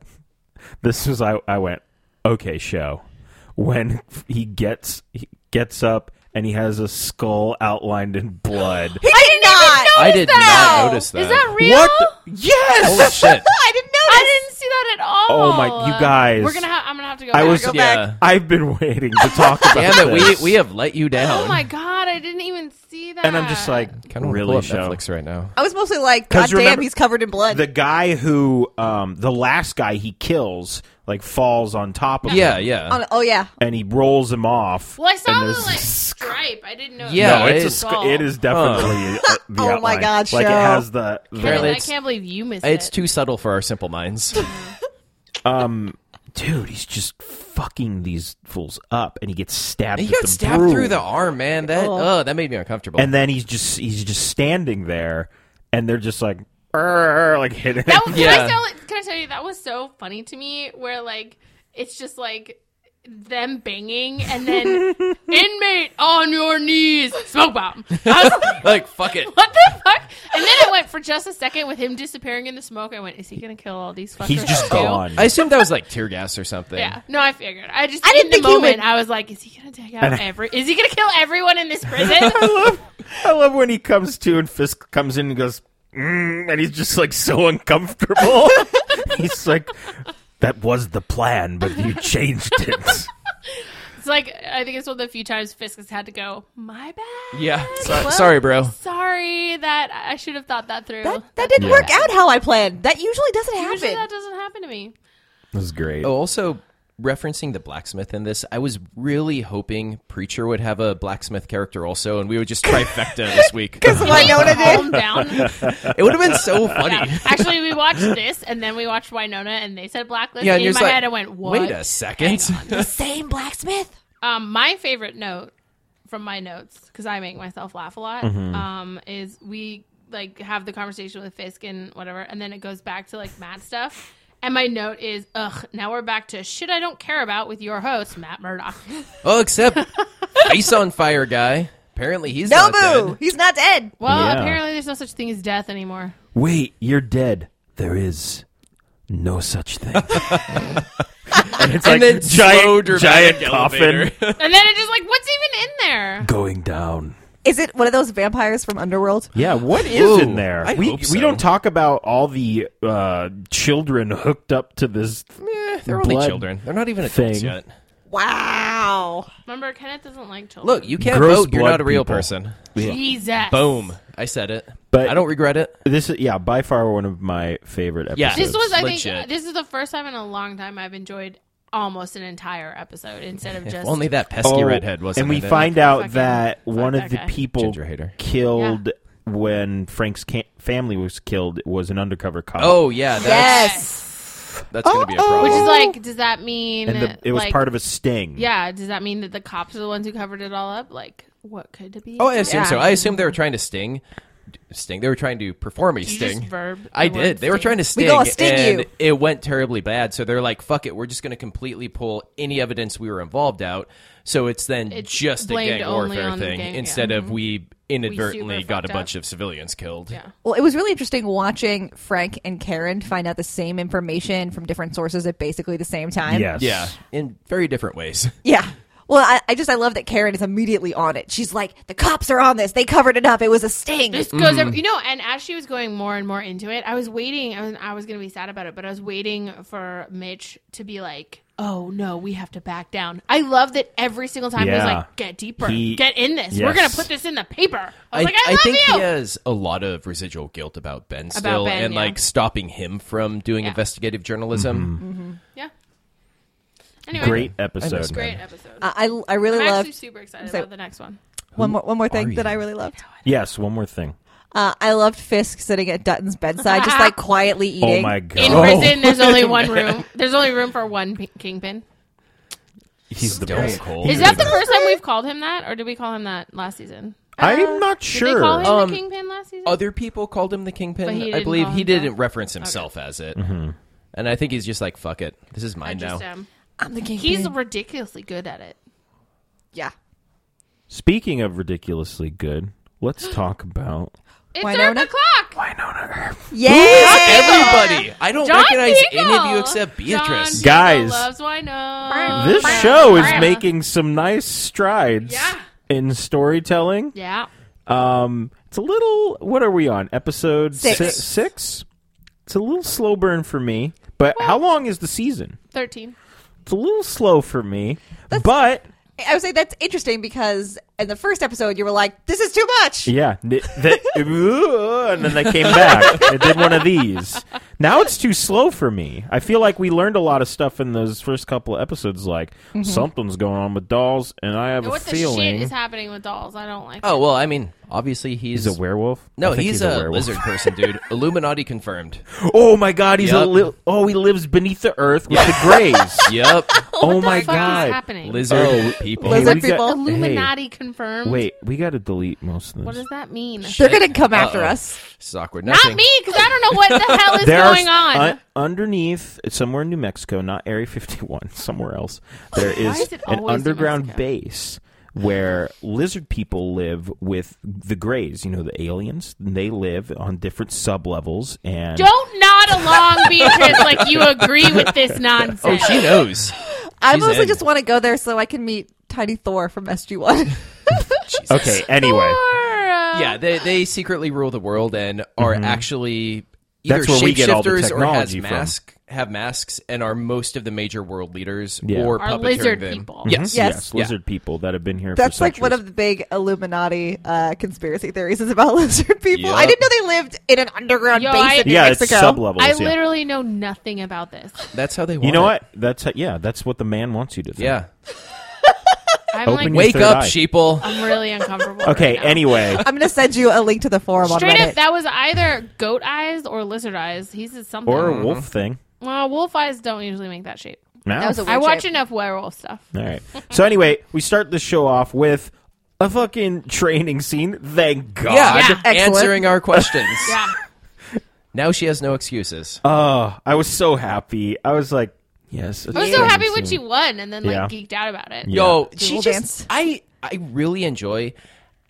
[SPEAKER 2] this was I I went okay show when he gets he gets up and he has a skull outlined in blood.
[SPEAKER 3] I did not.
[SPEAKER 1] I did
[SPEAKER 4] that?
[SPEAKER 1] not notice that.
[SPEAKER 4] Is that real?
[SPEAKER 2] the- Yes.
[SPEAKER 1] Holy shit!
[SPEAKER 3] I didn't know.
[SPEAKER 4] I didn't see that at all.
[SPEAKER 2] Oh my- you guys.
[SPEAKER 4] We're gonna. Ha- I'm gonna have to go.
[SPEAKER 2] I
[SPEAKER 4] back. Oh
[SPEAKER 2] was.
[SPEAKER 3] Go
[SPEAKER 1] yeah.
[SPEAKER 3] back.
[SPEAKER 2] I've been waiting to talk about
[SPEAKER 1] Damn it,
[SPEAKER 2] this.
[SPEAKER 1] we we have let you down.
[SPEAKER 4] Oh my god! I didn't even see that.
[SPEAKER 2] and I'm just like,
[SPEAKER 1] Kind of
[SPEAKER 2] really
[SPEAKER 1] really
[SPEAKER 2] show.
[SPEAKER 1] Netflix right now.
[SPEAKER 3] I was mostly like, God
[SPEAKER 2] 'Cause
[SPEAKER 3] damn,
[SPEAKER 2] remember-
[SPEAKER 3] he's covered in blood.
[SPEAKER 2] The guy who, um, the last guy he kills, like falls on top of
[SPEAKER 1] Yeah,
[SPEAKER 2] him,
[SPEAKER 1] yeah.
[SPEAKER 3] On- oh yeah,
[SPEAKER 2] and he rolls him off.
[SPEAKER 4] Well, I saw
[SPEAKER 2] and
[SPEAKER 4] the
[SPEAKER 2] there's-
[SPEAKER 4] like stripe. I didn't know. it
[SPEAKER 1] Yeah,
[SPEAKER 2] no, it's
[SPEAKER 4] was
[SPEAKER 2] a
[SPEAKER 1] it-
[SPEAKER 4] a
[SPEAKER 2] sc-
[SPEAKER 4] skull.
[SPEAKER 2] it is definitely. uh, the
[SPEAKER 3] Oh my
[SPEAKER 2] outline.
[SPEAKER 3] God,
[SPEAKER 2] Like it
[SPEAKER 3] show.
[SPEAKER 2] has the. the-
[SPEAKER 4] Karen, I
[SPEAKER 1] it's-
[SPEAKER 4] can't believe you missed
[SPEAKER 1] it's
[SPEAKER 4] it.
[SPEAKER 1] too subtle for our simple minds.
[SPEAKER 2] um, dude, he's just fucking these fools up, and he gets stabbed.
[SPEAKER 1] he
[SPEAKER 2] with
[SPEAKER 1] got
[SPEAKER 2] the
[SPEAKER 1] stabbed
[SPEAKER 2] broom.
[SPEAKER 1] through the arm, man. That oh, that made me uncomfortable.
[SPEAKER 2] and then he's just he's just standing there, and they're just like, "Arr," like hitting.
[SPEAKER 4] That was,
[SPEAKER 1] Yeah.
[SPEAKER 4] can, I tell, can I tell you that was so funny to me? Where like it's just like them banging and then inmate on your knees smoke bomb. I was like,
[SPEAKER 1] like fuck it.
[SPEAKER 4] what the fuck? And then it went for just a second with him disappearing in the smoke. I went, is he gonna kill all these fuckers?
[SPEAKER 2] He's just
[SPEAKER 4] too?
[SPEAKER 2] gone.
[SPEAKER 1] I assumed that was like tear gas or something.
[SPEAKER 4] Yeah, no, I figured. I just
[SPEAKER 3] I didn't
[SPEAKER 4] in
[SPEAKER 3] think
[SPEAKER 4] the
[SPEAKER 3] he
[SPEAKER 4] moment
[SPEAKER 3] would-
[SPEAKER 4] I was like, is he gonna take out every? Is he gonna kill everyone in this prison?
[SPEAKER 2] I love, I love when he comes to and Fisk comes in and goes, mm, and he's just like so uncomfortable. he's like, that was the plan, but you changed it.
[SPEAKER 4] it's like I think it's one of the few times Fisk has had to go. My bad.
[SPEAKER 1] Yeah. So- sorry, bro.
[SPEAKER 4] Sorry that I should have thought that through.
[SPEAKER 3] that that didn't
[SPEAKER 2] Yeah.
[SPEAKER 3] work out how I planned. That usually doesn't
[SPEAKER 4] Usually that
[SPEAKER 3] happen.
[SPEAKER 4] doesn't happen to me.
[SPEAKER 2] That was great.
[SPEAKER 1] Oh, also referencing the blacksmith in this, I was really hoping Preacher would have a blacksmith character also, and we would just trifecta this week.
[SPEAKER 3] So I know what I did.
[SPEAKER 4] Calm down.
[SPEAKER 1] It would have been so funny.
[SPEAKER 4] Yeah. Actually, we watched this and then we watched Winona, and they said blacklist.
[SPEAKER 1] Yeah,
[SPEAKER 4] and
[SPEAKER 1] and you're
[SPEAKER 4] in my
[SPEAKER 1] just like,
[SPEAKER 4] head, I went, "What?"
[SPEAKER 1] Wait a second.
[SPEAKER 3] Same blacksmith.
[SPEAKER 4] Um, my
[SPEAKER 1] Mm-hmm.
[SPEAKER 4] favorite note from my notes because I make myself laugh a lot um, is we like have the conversation with Fisk and whatever, and then it goes back to like Matt stuff. And my note is, ugh, now we're back to shit I don't care about with your host, Matt Murdock.
[SPEAKER 1] Oh, except face on fire guy. Apparently he's
[SPEAKER 3] No
[SPEAKER 1] not
[SPEAKER 3] boo.
[SPEAKER 1] dead.
[SPEAKER 3] He's not dead.
[SPEAKER 4] Well,
[SPEAKER 2] Yeah.
[SPEAKER 4] apparently there's no such thing as death anymore.
[SPEAKER 2] Wait, you're dead. There is no such thing. and it's
[SPEAKER 1] And then
[SPEAKER 2] like
[SPEAKER 1] slow
[SPEAKER 2] giant,
[SPEAKER 1] dramatic
[SPEAKER 2] giant coffin
[SPEAKER 1] elevator.
[SPEAKER 4] And then it just like, what's even in there?
[SPEAKER 2] going down.
[SPEAKER 3] Is it one of those vampires from Underworld?
[SPEAKER 2] Yeah, what is
[SPEAKER 1] Ooh,
[SPEAKER 2] in there?
[SPEAKER 1] I
[SPEAKER 2] we
[SPEAKER 1] hope so.
[SPEAKER 2] we don't talk about all the uh, children hooked up to this.
[SPEAKER 1] Eh, they're only
[SPEAKER 2] Blood
[SPEAKER 1] children. They're not even adults
[SPEAKER 2] thing.
[SPEAKER 1] yet.
[SPEAKER 3] Wow.
[SPEAKER 4] Remember, Kenneth doesn't like children.
[SPEAKER 1] Look, you can't
[SPEAKER 2] Gross
[SPEAKER 1] vote. You're
[SPEAKER 2] blood
[SPEAKER 1] not a real
[SPEAKER 2] people.
[SPEAKER 1] person.
[SPEAKER 4] Jesus.
[SPEAKER 1] Boom. I said it.
[SPEAKER 2] But-
[SPEAKER 1] I don't regret it.
[SPEAKER 2] This is yeah, by far one of my favorite episodes.
[SPEAKER 1] Yeah.
[SPEAKER 4] This was, I
[SPEAKER 1] Legit.
[SPEAKER 4] think, this is the first time in a long time I've enjoyed almost an entire episode instead of just
[SPEAKER 1] Only that pesky
[SPEAKER 2] Oh,
[SPEAKER 1] redhead wasn't.
[SPEAKER 2] And we
[SPEAKER 1] in it.
[SPEAKER 2] find out
[SPEAKER 4] Fucking-
[SPEAKER 2] that
[SPEAKER 4] fuck
[SPEAKER 2] one
[SPEAKER 4] that
[SPEAKER 2] of the
[SPEAKER 4] guy.
[SPEAKER 2] people
[SPEAKER 1] Ginger hater.
[SPEAKER 2] killed when Frank's ca- family was killed was an undercover cop.
[SPEAKER 1] Oh yeah, that's
[SPEAKER 3] yes.
[SPEAKER 1] that's gonna be a problem.
[SPEAKER 4] Oh. Which is like, does that mean
[SPEAKER 2] and the, it was
[SPEAKER 4] like,
[SPEAKER 2] part of a sting.
[SPEAKER 4] Yeah, does that mean that the cops are the ones who covered it all up? Like, what could it be?
[SPEAKER 1] oh, I assume
[SPEAKER 3] Yeah.
[SPEAKER 1] so. I assume they were trying to sting, sting. They were trying to perform a
[SPEAKER 4] Did you
[SPEAKER 1] sting.
[SPEAKER 4] just verb
[SPEAKER 1] I
[SPEAKER 4] the
[SPEAKER 1] did.
[SPEAKER 4] word
[SPEAKER 1] They were
[SPEAKER 4] sting?
[SPEAKER 1] trying to sting,
[SPEAKER 3] gonna sting
[SPEAKER 1] and
[SPEAKER 3] you.
[SPEAKER 1] it went terribly bad. So they're like, "Fuck it, we're just going to completely pull any evidence we were involved out." So it's then
[SPEAKER 4] It's
[SPEAKER 1] just a
[SPEAKER 4] blamed
[SPEAKER 1] gang
[SPEAKER 4] only
[SPEAKER 1] warfare
[SPEAKER 4] on the
[SPEAKER 1] thing
[SPEAKER 4] gang, yeah.
[SPEAKER 1] instead of we inadvertently
[SPEAKER 4] super
[SPEAKER 1] got a
[SPEAKER 4] fucked
[SPEAKER 1] bunch
[SPEAKER 4] up.
[SPEAKER 1] of civilians killed.
[SPEAKER 4] Yeah.
[SPEAKER 3] Well, it was really interesting watching Frank and Karen find out the same information from different sources at basically the same time.
[SPEAKER 2] Yes.
[SPEAKER 1] Yeah, in very different ways.
[SPEAKER 3] Yeah. Well, I, I just I love that Karen is immediately on it. She's like, the cops are on this. They covered it up. It was a sting.
[SPEAKER 4] This goes,
[SPEAKER 2] Mm-hmm.
[SPEAKER 4] every, you know. And as she was going more and more into it, I was waiting. I was, I was going to be sad about it, but I was waiting for Mitch to be like, "Oh no, we have to back down." I love that every single time he was
[SPEAKER 2] Yeah.
[SPEAKER 4] like, "Get deeper,
[SPEAKER 2] He-
[SPEAKER 4] get in this. We're going to
[SPEAKER 2] yes.
[SPEAKER 4] put this in the paper." I was like, "I,
[SPEAKER 1] I
[SPEAKER 4] love
[SPEAKER 1] think he
[SPEAKER 4] you."
[SPEAKER 2] uh,
[SPEAKER 1] has a lot of residual guilt about Ben still,
[SPEAKER 4] Ben,
[SPEAKER 1] and
[SPEAKER 4] yeah.
[SPEAKER 1] like stopping him from doing
[SPEAKER 4] Yeah.
[SPEAKER 1] investigative
[SPEAKER 2] Mm-hmm.
[SPEAKER 1] journalism.
[SPEAKER 4] yeah. Anyway,
[SPEAKER 2] Great
[SPEAKER 1] I
[SPEAKER 2] episode.
[SPEAKER 1] miss
[SPEAKER 4] great episode.
[SPEAKER 3] I, I- I really
[SPEAKER 4] I'm
[SPEAKER 3] love
[SPEAKER 4] actually super excited
[SPEAKER 3] so-
[SPEAKER 4] about the next one.
[SPEAKER 3] one more one more
[SPEAKER 1] are
[SPEAKER 3] thing that
[SPEAKER 1] you?
[SPEAKER 3] I really loved.
[SPEAKER 2] Yes, one more thing.
[SPEAKER 3] Uh, I loved Fisk sitting at Dutton's bedside, just like quietly eating.
[SPEAKER 2] Oh my
[SPEAKER 4] In
[SPEAKER 2] god. Oh.
[SPEAKER 4] prison, there's only one room. There's only room for one pi- kingpin.
[SPEAKER 2] He's the
[SPEAKER 1] Stone
[SPEAKER 2] best.
[SPEAKER 1] cold.
[SPEAKER 2] He's
[SPEAKER 4] Is that
[SPEAKER 2] the
[SPEAKER 4] the first time we've called him that, or did we call him that last season? Uh,
[SPEAKER 2] I'm not
[SPEAKER 4] Did they
[SPEAKER 2] sure. oh,
[SPEAKER 4] call him
[SPEAKER 1] Um,
[SPEAKER 4] the kingpin last season?
[SPEAKER 1] Other people called him the
[SPEAKER 4] But he
[SPEAKER 1] kingpin. I
[SPEAKER 4] didn't
[SPEAKER 1] believe
[SPEAKER 4] call
[SPEAKER 1] he
[SPEAKER 4] himself?
[SPEAKER 1] didn't reference himself as it,
[SPEAKER 2] Mm-hmm.
[SPEAKER 1] and I think he's just like, "Fuck it, this is mine now."
[SPEAKER 4] Just, um,
[SPEAKER 3] I'm the king.
[SPEAKER 4] he's ridiculously good at it.
[SPEAKER 3] yeah.
[SPEAKER 2] Speaking of ridiculously good, let's talk about
[SPEAKER 4] It's
[SPEAKER 3] Winona?
[SPEAKER 4] Winona? Clock.
[SPEAKER 2] Winona
[SPEAKER 3] Yeah.
[SPEAKER 1] Everybody, I don't
[SPEAKER 4] John
[SPEAKER 1] recognize any of
[SPEAKER 4] Siegel!
[SPEAKER 1] you except Beatrice.
[SPEAKER 4] John
[SPEAKER 2] Guys.
[SPEAKER 4] Siegel loves Winona.
[SPEAKER 2] This show is making some nice strides
[SPEAKER 4] Yeah.
[SPEAKER 2] in storytelling.
[SPEAKER 4] Yeah.
[SPEAKER 2] Um, it's a little. What are we on? Episode si-
[SPEAKER 3] Six.
[SPEAKER 2] six. It's a little slow burn for me. But how long is the season?
[SPEAKER 4] Thirteen.
[SPEAKER 2] It's a little slow for me. but
[SPEAKER 3] I would say that's interesting because in the first episode you were like, "This is too much."
[SPEAKER 2] yeah, n- that- and then they came back and did one of these. Now it's too slow for me. I feel like we learned a lot of stuff in those first couple of episodes. Like something's going on with dolls, and I have
[SPEAKER 4] What
[SPEAKER 2] a
[SPEAKER 4] the
[SPEAKER 2] feeling
[SPEAKER 4] shit is happening with dolls? I don't like.
[SPEAKER 1] Oh well, I mean, obviously he's,
[SPEAKER 2] he's a werewolf.
[SPEAKER 1] No,
[SPEAKER 2] I think
[SPEAKER 1] he's, a,
[SPEAKER 2] werewolf.
[SPEAKER 1] lizard person, dude. Illuminati confirmed.
[SPEAKER 2] Oh my god, he's a
[SPEAKER 1] Yup.
[SPEAKER 2] li- oh he lives beneath the earth with the Greys.
[SPEAKER 1] Yep,
[SPEAKER 2] oh my
[SPEAKER 4] What the fuck is
[SPEAKER 2] god.
[SPEAKER 4] happening?
[SPEAKER 1] lizard
[SPEAKER 2] Oh,
[SPEAKER 1] people.
[SPEAKER 3] Lizard
[SPEAKER 2] we got-
[SPEAKER 3] people.
[SPEAKER 4] Illuminati confirmed.
[SPEAKER 2] Hey, wait, we got to delete most of
[SPEAKER 4] What
[SPEAKER 2] this.
[SPEAKER 4] does that mean?
[SPEAKER 3] They're gonna come after
[SPEAKER 1] Uh-oh.
[SPEAKER 3] us.
[SPEAKER 1] This is awkward.
[SPEAKER 4] Not
[SPEAKER 1] Nothing.
[SPEAKER 4] me, because I don't know what the hell is
[SPEAKER 2] there
[SPEAKER 4] going
[SPEAKER 2] are, uh,
[SPEAKER 4] on.
[SPEAKER 2] un- underneath it's somewhere in New Mexico, not Area 51, somewhere else. There
[SPEAKER 4] Why
[SPEAKER 2] is,
[SPEAKER 4] is it always
[SPEAKER 2] an
[SPEAKER 4] New
[SPEAKER 2] underground
[SPEAKER 4] Mexico?
[SPEAKER 2] base where lizard people live with the Greys, you know, the aliens. They live on different sublevels and
[SPEAKER 4] don't nod along, Beatrice, like you agree with this nonsense.
[SPEAKER 1] Oh, she knows.
[SPEAKER 3] I
[SPEAKER 1] She's
[SPEAKER 3] mostly
[SPEAKER 1] in.
[SPEAKER 3] just want to go there so I can meet Tiny Thor from SG One.
[SPEAKER 1] Jesus.
[SPEAKER 2] Okay, anyway.
[SPEAKER 1] Yeah, they they secretly rule the world and are actually either
[SPEAKER 2] Mm-hmm. That's where we get all the
[SPEAKER 1] shapeshifters or has
[SPEAKER 2] technology from.
[SPEAKER 1] mask have masks and are most of the major world leaders
[SPEAKER 2] Yeah. Mm-hmm.
[SPEAKER 1] or
[SPEAKER 4] Are
[SPEAKER 1] puppeteering
[SPEAKER 4] lizard
[SPEAKER 1] them.
[SPEAKER 4] people.
[SPEAKER 1] Yes.
[SPEAKER 3] Yes.
[SPEAKER 1] Yeah.
[SPEAKER 2] lizard people that have been here
[SPEAKER 3] That's
[SPEAKER 2] for
[SPEAKER 3] like one
[SPEAKER 2] centuries.
[SPEAKER 3] of the big Illuminati uh, conspiracy theories is about lizard people. I
[SPEAKER 1] Yep.
[SPEAKER 3] didn't know they lived in an underground
[SPEAKER 4] Yo,
[SPEAKER 3] base
[SPEAKER 4] I-
[SPEAKER 3] in New
[SPEAKER 2] Yeah, it's
[SPEAKER 3] Mexico.
[SPEAKER 2] sublevels.
[SPEAKER 4] I
[SPEAKER 2] yeah.
[SPEAKER 4] literally know nothing about this.
[SPEAKER 1] That's how they want
[SPEAKER 2] You know
[SPEAKER 1] it.
[SPEAKER 2] what? That's how, yeah. That's what the man wants you to think.
[SPEAKER 1] Yeah.
[SPEAKER 4] I'm
[SPEAKER 2] Open
[SPEAKER 4] like,
[SPEAKER 2] your-
[SPEAKER 1] Wake
[SPEAKER 2] third
[SPEAKER 1] up,
[SPEAKER 2] eye.
[SPEAKER 1] sheeple.
[SPEAKER 4] I'm really uncomfortable.
[SPEAKER 2] Okay.
[SPEAKER 4] right now.
[SPEAKER 2] Anyway,
[SPEAKER 3] I'm gonna send you a link to the forum on
[SPEAKER 4] Straight
[SPEAKER 3] Reddit.
[SPEAKER 4] up, that was either goat eyes or lizard eyes. He said something.
[SPEAKER 2] or a wolf thing.
[SPEAKER 4] well, wolf eyes don't usually make that shape.
[SPEAKER 2] No.
[SPEAKER 3] That was a
[SPEAKER 4] I watch
[SPEAKER 3] shape.
[SPEAKER 4] enough werewolf stuff.
[SPEAKER 2] All right. So anyway, we start the show off with a fucking training scene. Thank God.
[SPEAKER 1] God,
[SPEAKER 3] Yeah.
[SPEAKER 1] answering
[SPEAKER 3] Excellent.
[SPEAKER 1] our questions.
[SPEAKER 4] Yeah.
[SPEAKER 1] Now she has no excuses.
[SPEAKER 2] Oh, I was so happy. I was like, yes.
[SPEAKER 4] I was so happy when she won and then like
[SPEAKER 2] Yeah.
[SPEAKER 4] geeked out about it.
[SPEAKER 2] Yeah.
[SPEAKER 1] Yo,
[SPEAKER 3] She
[SPEAKER 1] she
[SPEAKER 3] will
[SPEAKER 1] just
[SPEAKER 3] dance.
[SPEAKER 1] I I really enjoy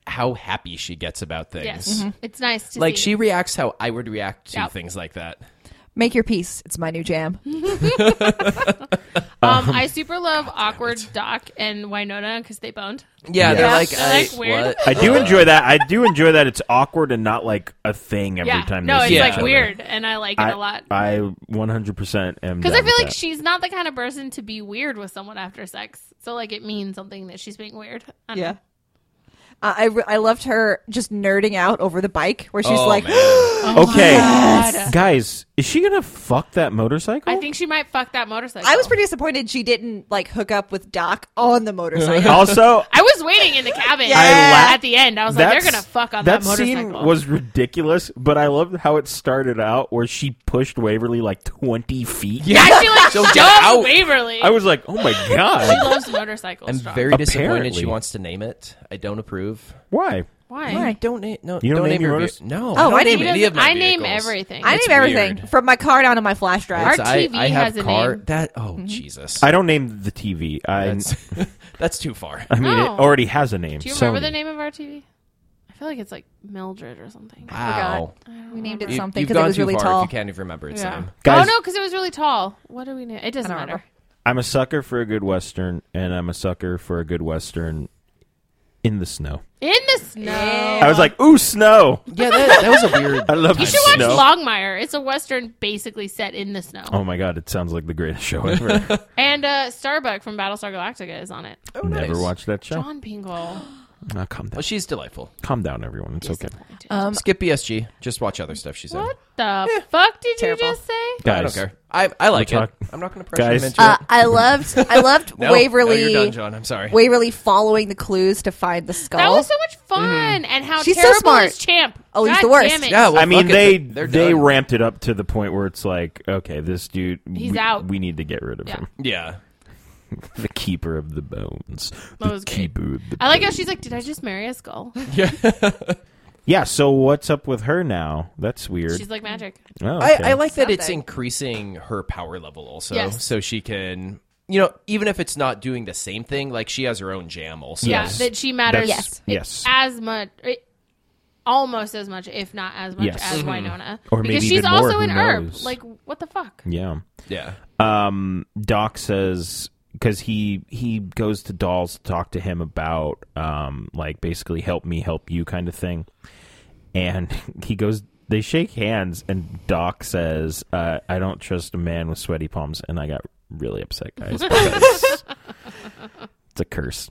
[SPEAKER 1] how happy she gets about things.
[SPEAKER 4] Yes.
[SPEAKER 2] Mm-hmm.
[SPEAKER 4] It's nice to
[SPEAKER 1] Like
[SPEAKER 4] see.
[SPEAKER 1] she reacts how I would react to
[SPEAKER 4] Yep.
[SPEAKER 1] things like that.
[SPEAKER 3] Make your peace. It's my new jam.
[SPEAKER 4] um, I super love awkward Doc and Winona because they boned.
[SPEAKER 1] Yeah, they're
[SPEAKER 2] Yeah.
[SPEAKER 1] like,
[SPEAKER 4] They're
[SPEAKER 1] I,
[SPEAKER 4] like weird.
[SPEAKER 1] what?
[SPEAKER 2] I do enjoy that. I do enjoy that it's awkward and not like a thing every
[SPEAKER 4] yeah.
[SPEAKER 2] time.
[SPEAKER 4] no,
[SPEAKER 2] they
[SPEAKER 4] it's
[SPEAKER 2] see
[SPEAKER 1] Yeah.
[SPEAKER 2] each
[SPEAKER 4] like
[SPEAKER 2] other.
[SPEAKER 4] weird, and I like it
[SPEAKER 2] I,
[SPEAKER 4] a lot.
[SPEAKER 2] I 100% am.
[SPEAKER 4] Because I
[SPEAKER 2] down
[SPEAKER 4] feel
[SPEAKER 2] with
[SPEAKER 4] like
[SPEAKER 2] that.
[SPEAKER 4] she's not the kind of person to be weird with someone after sex. So like it means something that she's being weird. I don't know.
[SPEAKER 3] Uh, I, re- I loved her just nerding out over the bike where she's
[SPEAKER 1] Oh,
[SPEAKER 3] like,
[SPEAKER 1] man.
[SPEAKER 2] Okay,
[SPEAKER 4] God.
[SPEAKER 2] guys, is she gonna fuck that motorcycle?
[SPEAKER 4] I think she might fuck that motorcycle.
[SPEAKER 3] I was pretty disappointed she didn't like hook up with Doc on the motorcycle.
[SPEAKER 2] also,
[SPEAKER 4] I was waiting in the cabin
[SPEAKER 2] I la-
[SPEAKER 4] at the end. I was like,
[SPEAKER 2] that
[SPEAKER 4] they're gonna fuck on
[SPEAKER 2] that
[SPEAKER 4] that, motorcycle.
[SPEAKER 2] scene was ridiculous, but I loved how it started out where she pushed Waverly like twenty feet.
[SPEAKER 1] Yeah.
[SPEAKER 4] yeah, she like
[SPEAKER 1] So get
[SPEAKER 4] shoved
[SPEAKER 1] out.
[SPEAKER 4] Waverly.
[SPEAKER 2] I was like, oh my
[SPEAKER 4] she
[SPEAKER 2] god,
[SPEAKER 4] loves motorcycles.
[SPEAKER 1] I'm
[SPEAKER 4] Strong.
[SPEAKER 1] very disappointed
[SPEAKER 2] Apparently.
[SPEAKER 1] she wants to name it. I don't approve.
[SPEAKER 2] why?
[SPEAKER 4] Why?
[SPEAKER 1] I don't name no
[SPEAKER 2] You don't
[SPEAKER 1] don't
[SPEAKER 2] name
[SPEAKER 1] name,
[SPEAKER 2] your
[SPEAKER 1] your
[SPEAKER 2] motors-
[SPEAKER 1] ve- No.
[SPEAKER 3] Oh,
[SPEAKER 1] don't
[SPEAKER 3] I name-
[SPEAKER 1] name any of my
[SPEAKER 4] I name
[SPEAKER 1] vehicles.
[SPEAKER 4] everything.
[SPEAKER 3] I
[SPEAKER 1] It's
[SPEAKER 3] name everything
[SPEAKER 1] weird.
[SPEAKER 3] from my car down to my flash drive.
[SPEAKER 1] It's-
[SPEAKER 4] Our
[SPEAKER 1] I,
[SPEAKER 4] TV
[SPEAKER 1] I have
[SPEAKER 4] has a
[SPEAKER 1] car
[SPEAKER 4] name.
[SPEAKER 1] that oh
[SPEAKER 3] Mm-hmm.
[SPEAKER 1] Jesus.
[SPEAKER 2] I don't name the TV. I,
[SPEAKER 1] that's, that's too far.
[SPEAKER 2] I mean,
[SPEAKER 4] No.
[SPEAKER 2] it already has a name.
[SPEAKER 4] Do you remember
[SPEAKER 2] Sony.
[SPEAKER 4] the name of our TV? I feel like it's like Mildred or something.
[SPEAKER 1] Wow.
[SPEAKER 3] we named it
[SPEAKER 1] You,
[SPEAKER 3] something
[SPEAKER 1] you've
[SPEAKER 3] because
[SPEAKER 1] gone
[SPEAKER 3] it was
[SPEAKER 1] too
[SPEAKER 3] really
[SPEAKER 1] far
[SPEAKER 3] tall.
[SPEAKER 1] if you can't even remember its
[SPEAKER 4] Yeah.
[SPEAKER 1] name.
[SPEAKER 2] Guys-
[SPEAKER 4] oh no, because it was really tall. What do we know? It doesn't
[SPEAKER 3] I don't
[SPEAKER 4] matter.
[SPEAKER 2] I'm a sucker for a good western, and I'm a sucker for a good western in the snow.
[SPEAKER 4] In the snow.
[SPEAKER 3] Yeah.
[SPEAKER 2] I was like, ooh, snow.
[SPEAKER 1] Yeah, that, that was a weird
[SPEAKER 2] I love
[SPEAKER 4] Oh. you
[SPEAKER 2] snow.
[SPEAKER 4] should watch Longmire. It's a western basically set in the snow.
[SPEAKER 2] Oh my god, it sounds like the greatest show ever.
[SPEAKER 4] And uh, Starbuck from Battlestar Galactica is on it.
[SPEAKER 1] oh, nice.
[SPEAKER 2] Never watched that show.
[SPEAKER 4] John Pingle.
[SPEAKER 2] Now calm down.
[SPEAKER 1] Well, oh, she's delightful.
[SPEAKER 2] Calm down, everyone. It's okay.
[SPEAKER 4] Disappointed.
[SPEAKER 3] Um, eh,
[SPEAKER 1] Skip BSG. Just watch other stuff she's in.
[SPEAKER 4] what the fuck did
[SPEAKER 3] Terrible.
[SPEAKER 4] you just say?
[SPEAKER 2] Guys,
[SPEAKER 1] I don't care. I, I like
[SPEAKER 2] We'll
[SPEAKER 1] it.
[SPEAKER 2] talk-
[SPEAKER 1] I'm not going to pressure
[SPEAKER 2] Guys.
[SPEAKER 1] him into
[SPEAKER 3] uh,
[SPEAKER 1] it.
[SPEAKER 3] I loved, I loved
[SPEAKER 1] No,
[SPEAKER 3] Waverly.
[SPEAKER 1] No, you're done, John. I'm sorry.
[SPEAKER 3] Waverly following the clues to find the skull.
[SPEAKER 4] That was so much
[SPEAKER 2] Mm-hmm.
[SPEAKER 4] fun. And how
[SPEAKER 3] She's so
[SPEAKER 4] terrible
[SPEAKER 3] smart.
[SPEAKER 4] is Champ?
[SPEAKER 3] Oh, he's
[SPEAKER 4] God
[SPEAKER 3] the worst.
[SPEAKER 4] damn it.
[SPEAKER 1] Yeah, well,
[SPEAKER 2] I mean,
[SPEAKER 1] fuck it,
[SPEAKER 2] they
[SPEAKER 1] they're
[SPEAKER 2] they
[SPEAKER 1] done.
[SPEAKER 2] ramped it up to the point where it's like, okay, this dude,
[SPEAKER 4] He's
[SPEAKER 2] we,
[SPEAKER 4] out.
[SPEAKER 2] We need to get rid of
[SPEAKER 4] Yeah.
[SPEAKER 2] him.
[SPEAKER 1] yeah.
[SPEAKER 2] The keeper of the bones.
[SPEAKER 4] That
[SPEAKER 2] The
[SPEAKER 4] was great.
[SPEAKER 2] keeper of the
[SPEAKER 4] I like how she's like, did I just marry a skull?
[SPEAKER 2] Yeah. So what's up with her now? That's weird.
[SPEAKER 4] She's like magic.
[SPEAKER 2] oh, okay.
[SPEAKER 1] I, I like that it's
[SPEAKER 3] Something.
[SPEAKER 1] increasing her power level also,
[SPEAKER 4] Yes.
[SPEAKER 1] so she can, you know, even if it's not doing the same thing, like she has her own jam also.
[SPEAKER 2] Yes.
[SPEAKER 4] Yeah, that she matters
[SPEAKER 2] That's- yes.
[SPEAKER 4] as much, it- almost as much, if not as much
[SPEAKER 2] Yes. Mm-hmm.
[SPEAKER 4] as Winona.
[SPEAKER 2] Or
[SPEAKER 4] because
[SPEAKER 2] maybe
[SPEAKER 4] she's
[SPEAKER 2] even more,
[SPEAKER 4] also
[SPEAKER 2] who
[SPEAKER 4] an herb.
[SPEAKER 2] knows?
[SPEAKER 4] Like, what the fuck?
[SPEAKER 2] Yeah.
[SPEAKER 1] Yeah.
[SPEAKER 2] um, Doc says because he he goes to Dolls to talk to him about um, like basically help me help you kind of thing, and he goes. They shake hands, and Doc says, uh, "I don't trust a man with sweaty palms," and I got really upset, guys. because it's a curse,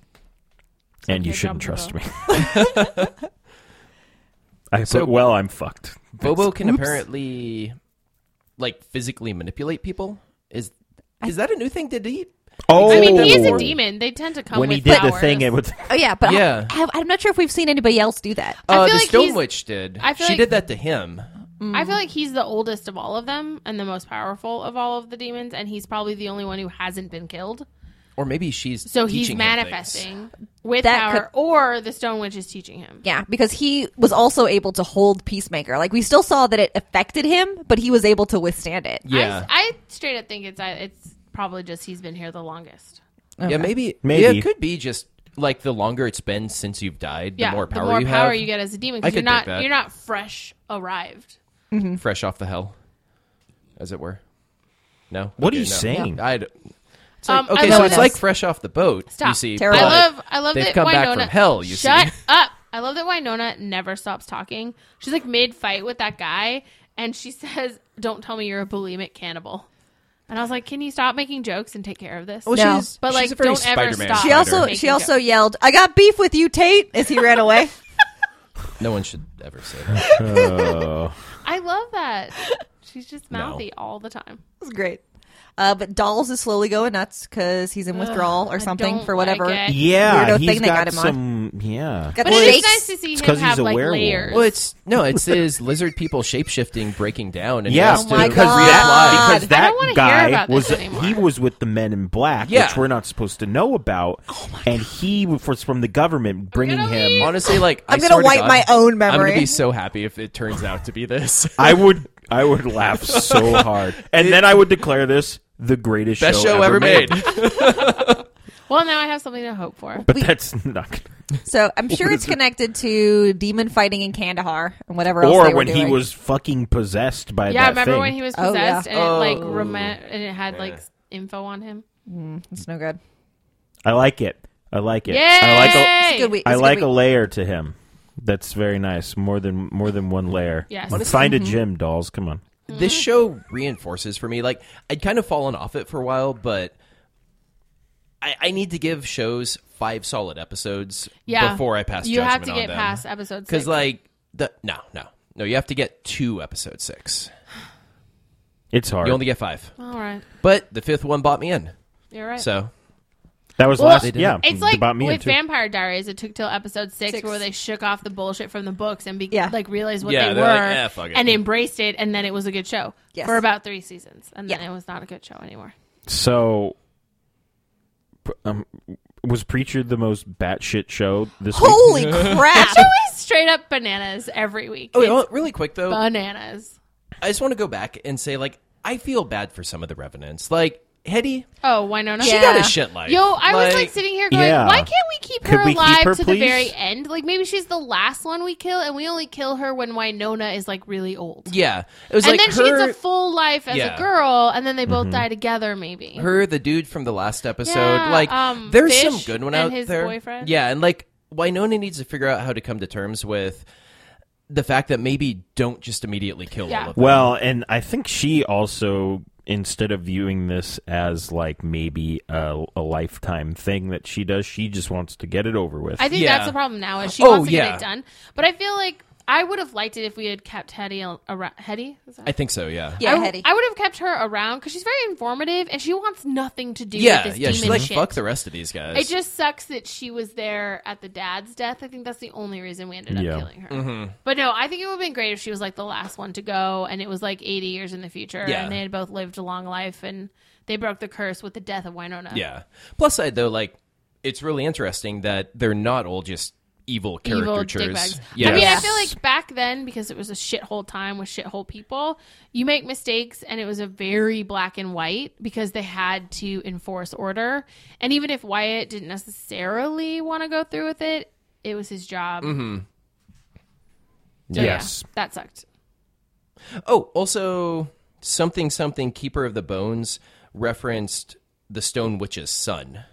[SPEAKER 2] and you
[SPEAKER 4] okay,
[SPEAKER 2] shouldn't
[SPEAKER 4] Dumbo.
[SPEAKER 2] trust me. I
[SPEAKER 1] So-
[SPEAKER 2] put, well, I'm fucked.
[SPEAKER 1] Bobo can apparently like physically manipulate people. Is is that a new thing? Did he
[SPEAKER 2] Oh,
[SPEAKER 4] I mean, he is a demon. They tend to come
[SPEAKER 2] When
[SPEAKER 4] with
[SPEAKER 2] he did the
[SPEAKER 4] powers.
[SPEAKER 2] thing, it was
[SPEAKER 3] oh yeah, but
[SPEAKER 1] Yeah.
[SPEAKER 3] I, I, I'm not sure if we've seen anybody else do that.
[SPEAKER 4] I
[SPEAKER 1] uh,
[SPEAKER 4] feel
[SPEAKER 1] the
[SPEAKER 4] like
[SPEAKER 1] Stone
[SPEAKER 4] he's-
[SPEAKER 1] Witch did.
[SPEAKER 4] I feel
[SPEAKER 1] she
[SPEAKER 4] like-
[SPEAKER 1] did that to him.
[SPEAKER 4] I
[SPEAKER 3] Mm-hmm.
[SPEAKER 4] feel like he's the oldest of all of them and the most powerful of all of the demons, and he's probably the only one who hasn't been killed.
[SPEAKER 1] Or maybe she's
[SPEAKER 4] So he's
[SPEAKER 1] teaching him things.
[SPEAKER 4] manifesting with
[SPEAKER 3] That
[SPEAKER 4] power, or the Stone Witch is teaching him.
[SPEAKER 3] Yeah, because he was also able to hold Peacemaker. Like we still saw that it affected him, but he was able to withstand it.
[SPEAKER 1] Yeah.
[SPEAKER 4] I, I straight up think it's I- it's probably just he's been here the longest.
[SPEAKER 1] Yeah, maybe,
[SPEAKER 2] Maybe.
[SPEAKER 1] Yeah, it could be just like the longer it's been since you've died,
[SPEAKER 4] Yeah,
[SPEAKER 1] the more power, you, have,
[SPEAKER 4] get as a demon
[SPEAKER 1] I
[SPEAKER 4] because
[SPEAKER 1] could
[SPEAKER 4] you're not
[SPEAKER 1] dig that.
[SPEAKER 4] you're not fresh arrived.
[SPEAKER 1] fresh off the hell, as it were. No,
[SPEAKER 2] What
[SPEAKER 1] Okay,
[SPEAKER 2] are you
[SPEAKER 1] no.
[SPEAKER 2] saying?
[SPEAKER 1] I. d- It's like,
[SPEAKER 4] Um, I
[SPEAKER 1] okay,
[SPEAKER 4] love
[SPEAKER 1] so it's
[SPEAKER 3] this.
[SPEAKER 1] like fresh off the boat.
[SPEAKER 4] Stop.
[SPEAKER 1] You see,
[SPEAKER 3] Terrible.
[SPEAKER 1] but
[SPEAKER 4] I love I love
[SPEAKER 1] they've
[SPEAKER 4] that
[SPEAKER 1] come
[SPEAKER 4] Winona,
[SPEAKER 1] back from hell. You
[SPEAKER 4] shut
[SPEAKER 1] see,
[SPEAKER 4] up. I love that Winona never stops talking. She's like mid fight with that guy, and she says, "Don't tell me you're a bulimic cannibal." And I was like, "Can you stop making jokes and take care of this?"
[SPEAKER 1] well,
[SPEAKER 3] No.
[SPEAKER 1] she's,
[SPEAKER 4] But,
[SPEAKER 1] she's
[SPEAKER 4] like,
[SPEAKER 1] a very
[SPEAKER 4] don't ever
[SPEAKER 1] Spider-Man
[SPEAKER 4] stop.
[SPEAKER 3] She
[SPEAKER 4] Spider.
[SPEAKER 3] also
[SPEAKER 4] Making
[SPEAKER 3] she also yelled, "I got beef with you, Tate!" as he ran away.
[SPEAKER 1] No one should ever say that.
[SPEAKER 4] I love that. She's just mouthy all the time.
[SPEAKER 3] It was great. Uh, but Dolls is slowly going nuts because he's in withdrawal or
[SPEAKER 4] I
[SPEAKER 3] something
[SPEAKER 4] don't
[SPEAKER 3] for whatever.
[SPEAKER 4] like it.
[SPEAKER 2] Yeah,
[SPEAKER 3] weirdo
[SPEAKER 2] he's
[SPEAKER 3] thing they
[SPEAKER 2] got
[SPEAKER 3] got him on.
[SPEAKER 2] some Yeah.
[SPEAKER 3] Got the
[SPEAKER 4] But it is
[SPEAKER 3] shakes.
[SPEAKER 4] nice to see
[SPEAKER 2] It's
[SPEAKER 4] him
[SPEAKER 2] 'cause he's
[SPEAKER 4] have
[SPEAKER 2] a
[SPEAKER 4] like
[SPEAKER 2] werewolf.
[SPEAKER 4] layers.
[SPEAKER 1] Well, it's no, it's his lizard people shapeshifting breaking down, and he
[SPEAKER 2] Yeah,
[SPEAKER 1] has
[SPEAKER 3] Oh
[SPEAKER 1] to
[SPEAKER 3] my
[SPEAKER 2] because that
[SPEAKER 3] God.
[SPEAKER 2] because that
[SPEAKER 4] wanna hear
[SPEAKER 2] guy
[SPEAKER 4] about this
[SPEAKER 2] was
[SPEAKER 4] anymore.
[SPEAKER 2] he was with the Men in Black,
[SPEAKER 1] Yeah.
[SPEAKER 2] which we're not supposed to know about, and he was from the government bringing
[SPEAKER 4] gonna
[SPEAKER 2] him.
[SPEAKER 4] leave.
[SPEAKER 1] Honestly, like
[SPEAKER 3] I'm
[SPEAKER 1] I
[SPEAKER 3] gonna
[SPEAKER 1] swear to
[SPEAKER 3] wipe
[SPEAKER 1] God,
[SPEAKER 3] my own
[SPEAKER 1] I'm gonna
[SPEAKER 3] memory.
[SPEAKER 1] be so happy if it turns out to be this
[SPEAKER 2] I would I would laugh so hard, and then I would declare this the greatest
[SPEAKER 1] best
[SPEAKER 2] show,
[SPEAKER 1] show ever made.
[SPEAKER 4] well, now I have something to hope for.
[SPEAKER 2] But that's not. gonna-
[SPEAKER 3] So I'm sure it's connected to demon fighting in Kandahar and whatever else. they
[SPEAKER 2] Or
[SPEAKER 3] were
[SPEAKER 2] when he
[SPEAKER 3] doing.
[SPEAKER 2] was fucking possessed by
[SPEAKER 4] Yeah,
[SPEAKER 2] that
[SPEAKER 4] remember
[SPEAKER 2] thing.
[SPEAKER 4] when he was
[SPEAKER 3] Oh, yeah.
[SPEAKER 4] possessed and it like rem- and it had like s- info on him?
[SPEAKER 3] It's no good.
[SPEAKER 2] I like it. I like it.
[SPEAKER 4] Yay!
[SPEAKER 2] I like a,
[SPEAKER 3] It's a good week.
[SPEAKER 2] I
[SPEAKER 3] It's a good
[SPEAKER 2] like
[SPEAKER 3] week.
[SPEAKER 2] a layer to him. That's very nice. More than more than one layer.
[SPEAKER 4] Yes.
[SPEAKER 2] Find
[SPEAKER 4] mm-hmm.
[SPEAKER 2] a gym, dolls. Come on.
[SPEAKER 1] this show reinforces for me like i'd kind of fallen off it for a while but i, I need to give shows five solid episodes
[SPEAKER 4] Yeah.
[SPEAKER 1] before i pass
[SPEAKER 4] You
[SPEAKER 1] judgment
[SPEAKER 4] have to get past episode six.
[SPEAKER 1] because like the no no no you have to get two episode six
[SPEAKER 2] It's hard.
[SPEAKER 1] you only get five
[SPEAKER 4] all right,
[SPEAKER 1] but the fifth one bought me in
[SPEAKER 4] you're right.
[SPEAKER 1] so
[SPEAKER 2] that was
[SPEAKER 4] Well,
[SPEAKER 2] last.
[SPEAKER 1] They did
[SPEAKER 2] Yeah,
[SPEAKER 4] It's like
[SPEAKER 2] about me
[SPEAKER 4] with
[SPEAKER 2] too.
[SPEAKER 4] Vampire Diaries, it took till episode six,
[SPEAKER 3] Six.
[SPEAKER 4] where they shook off the bullshit from the books and be-
[SPEAKER 3] Yeah.
[SPEAKER 4] like realized what
[SPEAKER 1] Yeah,
[SPEAKER 4] they
[SPEAKER 1] they're
[SPEAKER 4] were
[SPEAKER 1] like, "Eh, fuck it."
[SPEAKER 4] and embraced it, and then it was a good show
[SPEAKER 3] Yes.
[SPEAKER 4] for about three seasons, and then
[SPEAKER 3] Yeah.
[SPEAKER 4] it was not a good show anymore.
[SPEAKER 2] so, p- um, was Preacher the most batshit show this week?
[SPEAKER 3] Holy crap!
[SPEAKER 4] Show is straight up bananas every week.
[SPEAKER 1] oh wait, oh,
[SPEAKER 4] It's
[SPEAKER 1] really quick though
[SPEAKER 4] bananas.
[SPEAKER 1] i just want to go back and say like i feel bad for some of the revenants like hetty
[SPEAKER 4] Oh, Winona.
[SPEAKER 1] she
[SPEAKER 3] Yeah.
[SPEAKER 1] got a shit life
[SPEAKER 4] Yo, I was like sitting here going,
[SPEAKER 2] Yeah.
[SPEAKER 4] why can't we keep
[SPEAKER 2] Could
[SPEAKER 4] her
[SPEAKER 2] we keep
[SPEAKER 4] alive
[SPEAKER 2] her,
[SPEAKER 4] to
[SPEAKER 2] please?
[SPEAKER 4] the very end? Like maybe she's the last one we kill, and we only kill her when Winona is like really old.
[SPEAKER 1] yeah it was
[SPEAKER 4] And
[SPEAKER 1] like
[SPEAKER 4] then she
[SPEAKER 1] her
[SPEAKER 4] gets a full life as
[SPEAKER 1] Yeah. Mm-hmm.
[SPEAKER 4] a girl, and then they both die together. Maybe
[SPEAKER 1] her, the dude from the last episode.
[SPEAKER 4] Yeah,
[SPEAKER 1] like,
[SPEAKER 4] um,
[SPEAKER 1] there's
[SPEAKER 4] Fish
[SPEAKER 1] some good one out
[SPEAKER 4] and his
[SPEAKER 1] there.
[SPEAKER 4] boyfriend.
[SPEAKER 1] Yeah, and like Winona needs to figure out how to come to terms with the fact that maybe don't just immediately kill
[SPEAKER 4] Yeah.
[SPEAKER 1] all of them.
[SPEAKER 2] Well, and I think she also instead of viewing this as like maybe a, a lifetime thing that she does, she just wants to get it over with.
[SPEAKER 4] I think
[SPEAKER 1] Yeah.
[SPEAKER 4] that's the problem now. Is she
[SPEAKER 1] Oh,
[SPEAKER 4] wants to
[SPEAKER 1] yeah.
[SPEAKER 4] get it done, but I feel like I would have liked it if we had kept Hetty al- around. Hetty, Is that-
[SPEAKER 1] I think so. Yeah.
[SPEAKER 3] yeah,
[SPEAKER 4] I,
[SPEAKER 3] Hetty.
[SPEAKER 4] I would have kept her around because she's very informative and she wants nothing to do.
[SPEAKER 1] Yeah,
[SPEAKER 4] with this
[SPEAKER 1] yeah,
[SPEAKER 4] demon
[SPEAKER 1] she's like
[SPEAKER 4] shit.
[SPEAKER 1] fuck the rest of these guys.
[SPEAKER 4] It just sucks that she was there at the dad's death. I think that's the only reason we ended up
[SPEAKER 2] Yeah.
[SPEAKER 4] killing her.
[SPEAKER 1] Mm-hmm.
[SPEAKER 4] But no, I think it would have been great if she was like the last one to go and it was like 80 years in the future
[SPEAKER 1] Yeah.
[SPEAKER 4] and they had both lived a long life and they broke the curse with the death of Winona.
[SPEAKER 1] yeah. Plus side though, like it's really interesting that they're not all just evil
[SPEAKER 4] Evil
[SPEAKER 1] caricatures.
[SPEAKER 4] dickbags. I mean, I
[SPEAKER 1] Yes.
[SPEAKER 4] feel like back then, because it was a shithole time with shithole people, you make mistakes, and it was a very black and white because they had to enforce order. And even if Wyatt didn't necessarily want to go through with it, it was his job.
[SPEAKER 1] Mm-hmm.
[SPEAKER 4] So,
[SPEAKER 2] yes.
[SPEAKER 4] yeah, that sucked.
[SPEAKER 1] Oh, also something something keeper of the bones referenced the stone witch's son.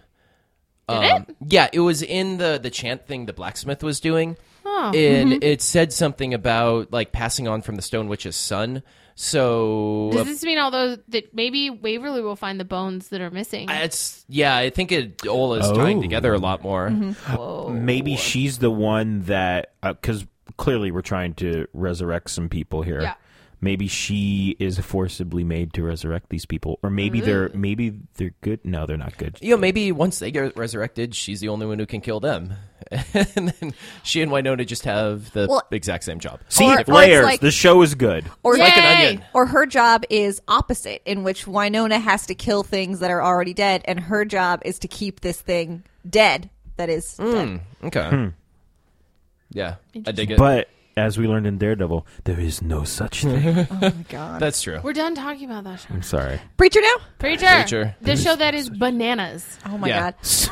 [SPEAKER 1] Um,
[SPEAKER 4] Did it?
[SPEAKER 1] Yeah, it was in the the chant thing the blacksmith was doing, and
[SPEAKER 4] Mm-hmm.
[SPEAKER 1] it said something about like passing on from the stone witch's son. So
[SPEAKER 4] Does this mean although that maybe Waverly will find the bones that are missing?
[SPEAKER 1] uh, it's yeah, I think it all is tying
[SPEAKER 2] Oh.
[SPEAKER 1] together a lot more.
[SPEAKER 4] Mm-hmm.
[SPEAKER 2] Maybe she's the one that because clearly we're trying to resurrect some people here.
[SPEAKER 4] Yeah.
[SPEAKER 2] Maybe she is forcibly made to resurrect these people, or maybe they're maybe they're good. No, they're not good.
[SPEAKER 1] You know, maybe once they get resurrected, she's the only one who can kill them, and then she and Winona just have the
[SPEAKER 3] Well-
[SPEAKER 1] exact same job.
[SPEAKER 2] See
[SPEAKER 3] Or- or it's
[SPEAKER 2] layers.
[SPEAKER 3] like-
[SPEAKER 2] the show is good.
[SPEAKER 3] or
[SPEAKER 1] like an onion.
[SPEAKER 3] Or her job is opposite, in which Winona has to kill things that are already dead, and her job is to keep this thing dead that is
[SPEAKER 2] Hmm.
[SPEAKER 3] dead.
[SPEAKER 1] Okay. Yeah, I dig it.
[SPEAKER 2] But as we learned in Daredevil, there is no such thing.
[SPEAKER 3] Oh my God.
[SPEAKER 1] That's true.
[SPEAKER 4] We're done talking about that show.
[SPEAKER 2] I'm sorry.
[SPEAKER 3] Preacher now?
[SPEAKER 4] Preacher,
[SPEAKER 1] Preacher.
[SPEAKER 4] the show that is bananas.
[SPEAKER 3] Oh my
[SPEAKER 1] Yeah.
[SPEAKER 3] God.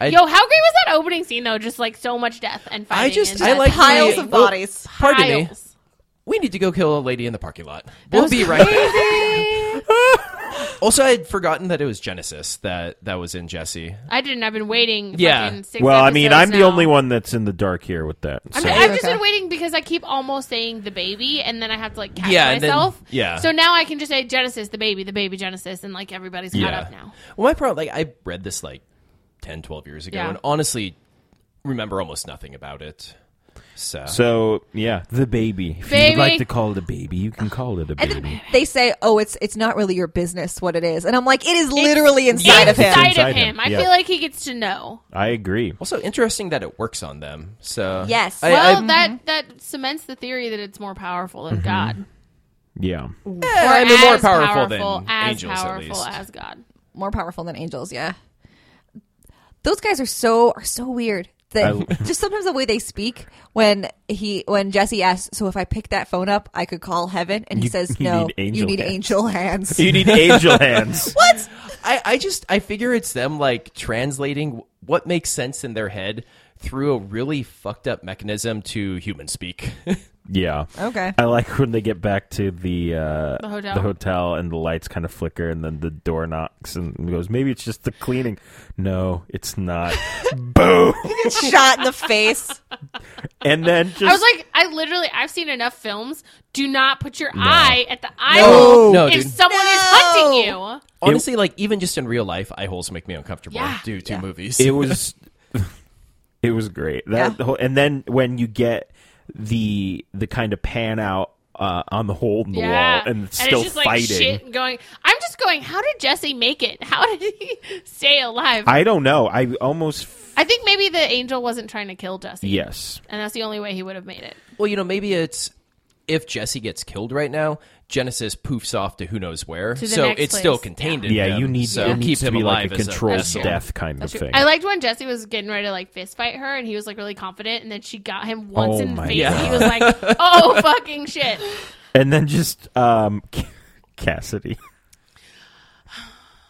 [SPEAKER 1] I-
[SPEAKER 4] Yo, how great was that opening scene though? Just like so much death and fighting.
[SPEAKER 1] just-
[SPEAKER 4] and
[SPEAKER 1] I
[SPEAKER 4] death.
[SPEAKER 1] like
[SPEAKER 3] Piles
[SPEAKER 1] the-
[SPEAKER 3] of bodies.
[SPEAKER 1] Pardon me.
[SPEAKER 4] Piles.
[SPEAKER 1] We need to go kill a lady in the parking lot. We'll be right back. Also, I had forgotten that it was Genesis that that was in Jesse.
[SPEAKER 4] I didn't. I've been waiting.
[SPEAKER 1] Yeah.
[SPEAKER 4] fucking six
[SPEAKER 2] Well, I mean,
[SPEAKER 4] episodes
[SPEAKER 2] I'm the
[SPEAKER 4] now.
[SPEAKER 2] only one that's in the dark here with that.
[SPEAKER 4] I'm,
[SPEAKER 2] so-
[SPEAKER 4] I've just
[SPEAKER 3] Okay.
[SPEAKER 4] been waiting because I keep almost saying the baby, and then I have to like catch
[SPEAKER 1] Yeah, and then-
[SPEAKER 4] myself.
[SPEAKER 1] yeah.
[SPEAKER 4] So now I can just say Genesis, the baby, the baby Genesis, and like everybody's caught up now.
[SPEAKER 1] Well, my problem, like, I read this like 10, 12 years ago,
[SPEAKER 4] Yeah.
[SPEAKER 1] and honestly, remember almost nothing about it. So,
[SPEAKER 2] So yeah, the baby. If you
[SPEAKER 4] Baby.
[SPEAKER 2] would like to call it a baby, you can call it a
[SPEAKER 3] And
[SPEAKER 2] baby.
[SPEAKER 3] then they say, "Oh, it's it's not really your business what it is," and I'm like, "It is literally inside of him."
[SPEAKER 4] Inside
[SPEAKER 2] Inside
[SPEAKER 4] of
[SPEAKER 2] him,
[SPEAKER 4] him. I
[SPEAKER 2] yeah.
[SPEAKER 4] feel like he gets to know.
[SPEAKER 2] I agree.
[SPEAKER 1] also interesting that it works on them. So
[SPEAKER 3] Yes.
[SPEAKER 1] I-
[SPEAKER 4] Well,
[SPEAKER 1] I-
[SPEAKER 4] that that cements the theory that it's more powerful
[SPEAKER 1] Mm-hmm.
[SPEAKER 4] than God.
[SPEAKER 2] Yeah.
[SPEAKER 1] Yeah, Eh, I mean, more
[SPEAKER 4] as
[SPEAKER 1] powerful than
[SPEAKER 4] as
[SPEAKER 1] angels, at
[SPEAKER 4] powerful
[SPEAKER 1] least.
[SPEAKER 4] as God.
[SPEAKER 3] More powerful than angels, yeah. Those guys are so are so weird. The, just sometimes the way they speak when he when Jesse asks, "So if I pick that phone up, I could call heaven," and he
[SPEAKER 2] You-
[SPEAKER 3] says,
[SPEAKER 2] you
[SPEAKER 3] "No,
[SPEAKER 2] need
[SPEAKER 3] you
[SPEAKER 2] angel
[SPEAKER 3] need
[SPEAKER 2] hands."
[SPEAKER 3] angel hands."
[SPEAKER 2] You need angel hands.
[SPEAKER 3] what?
[SPEAKER 1] I, I just I figure it's them like translating what makes sense in their head through a really fucked up mechanism to human speak.
[SPEAKER 2] Yeah.
[SPEAKER 3] Okay.
[SPEAKER 2] I like when they get back to the uh,
[SPEAKER 4] The hotel.
[SPEAKER 2] and the lights kind of flicker, and then the door knocks and goes. Maybe it's just the cleaning. No, it's not. Boom!
[SPEAKER 3] Shot in the face.
[SPEAKER 2] And then just
[SPEAKER 4] I was like, I literally, I've seen enough films. Do not put your eye at the eye
[SPEAKER 1] No.
[SPEAKER 4] hole
[SPEAKER 1] No,
[SPEAKER 4] if
[SPEAKER 1] dude.
[SPEAKER 4] someone is
[SPEAKER 3] No.
[SPEAKER 4] hunting you.
[SPEAKER 1] Honestly, like even just in real life, eye holes make me uncomfortable
[SPEAKER 4] Yeah.
[SPEAKER 1] due to movies.
[SPEAKER 2] it was it was great that
[SPEAKER 3] Yeah.
[SPEAKER 2] the whole, and then when you get the the kind of pan out uh, on the hole in the
[SPEAKER 4] Yeah,
[SPEAKER 2] wall and it's still fighting
[SPEAKER 4] shit going. I'm just going. How did Jesse make it? How did he stay alive? I,
[SPEAKER 2] i don't know i almost f-
[SPEAKER 4] think maybe the angel wasn't trying to kill Jesse.
[SPEAKER 2] yes
[SPEAKER 4] and that's the only way he would have made it.
[SPEAKER 1] well, you know, maybe it's if Jesse gets killed right now, Genesis poofs off to who knows where,
[SPEAKER 4] the
[SPEAKER 1] so
[SPEAKER 4] next
[SPEAKER 1] it's still
[SPEAKER 4] place.
[SPEAKER 1] contained in
[SPEAKER 2] yeah
[SPEAKER 1] him,
[SPEAKER 2] you need
[SPEAKER 1] so
[SPEAKER 2] it
[SPEAKER 1] keep
[SPEAKER 2] needs to
[SPEAKER 1] him
[SPEAKER 2] be
[SPEAKER 1] alive
[SPEAKER 2] like a
[SPEAKER 1] as
[SPEAKER 2] controlled
[SPEAKER 1] vessel.
[SPEAKER 2] death kind
[SPEAKER 4] That's
[SPEAKER 2] of
[SPEAKER 4] true.
[SPEAKER 2] thing
[SPEAKER 4] I liked when Jesse was getting ready to like fist fight her, and he was like really confident, and then she got him once
[SPEAKER 2] Oh
[SPEAKER 4] in the
[SPEAKER 2] my
[SPEAKER 4] face, and he
[SPEAKER 2] God.
[SPEAKER 4] was like, "Oh fucking shit!"
[SPEAKER 2] and then just um cassidy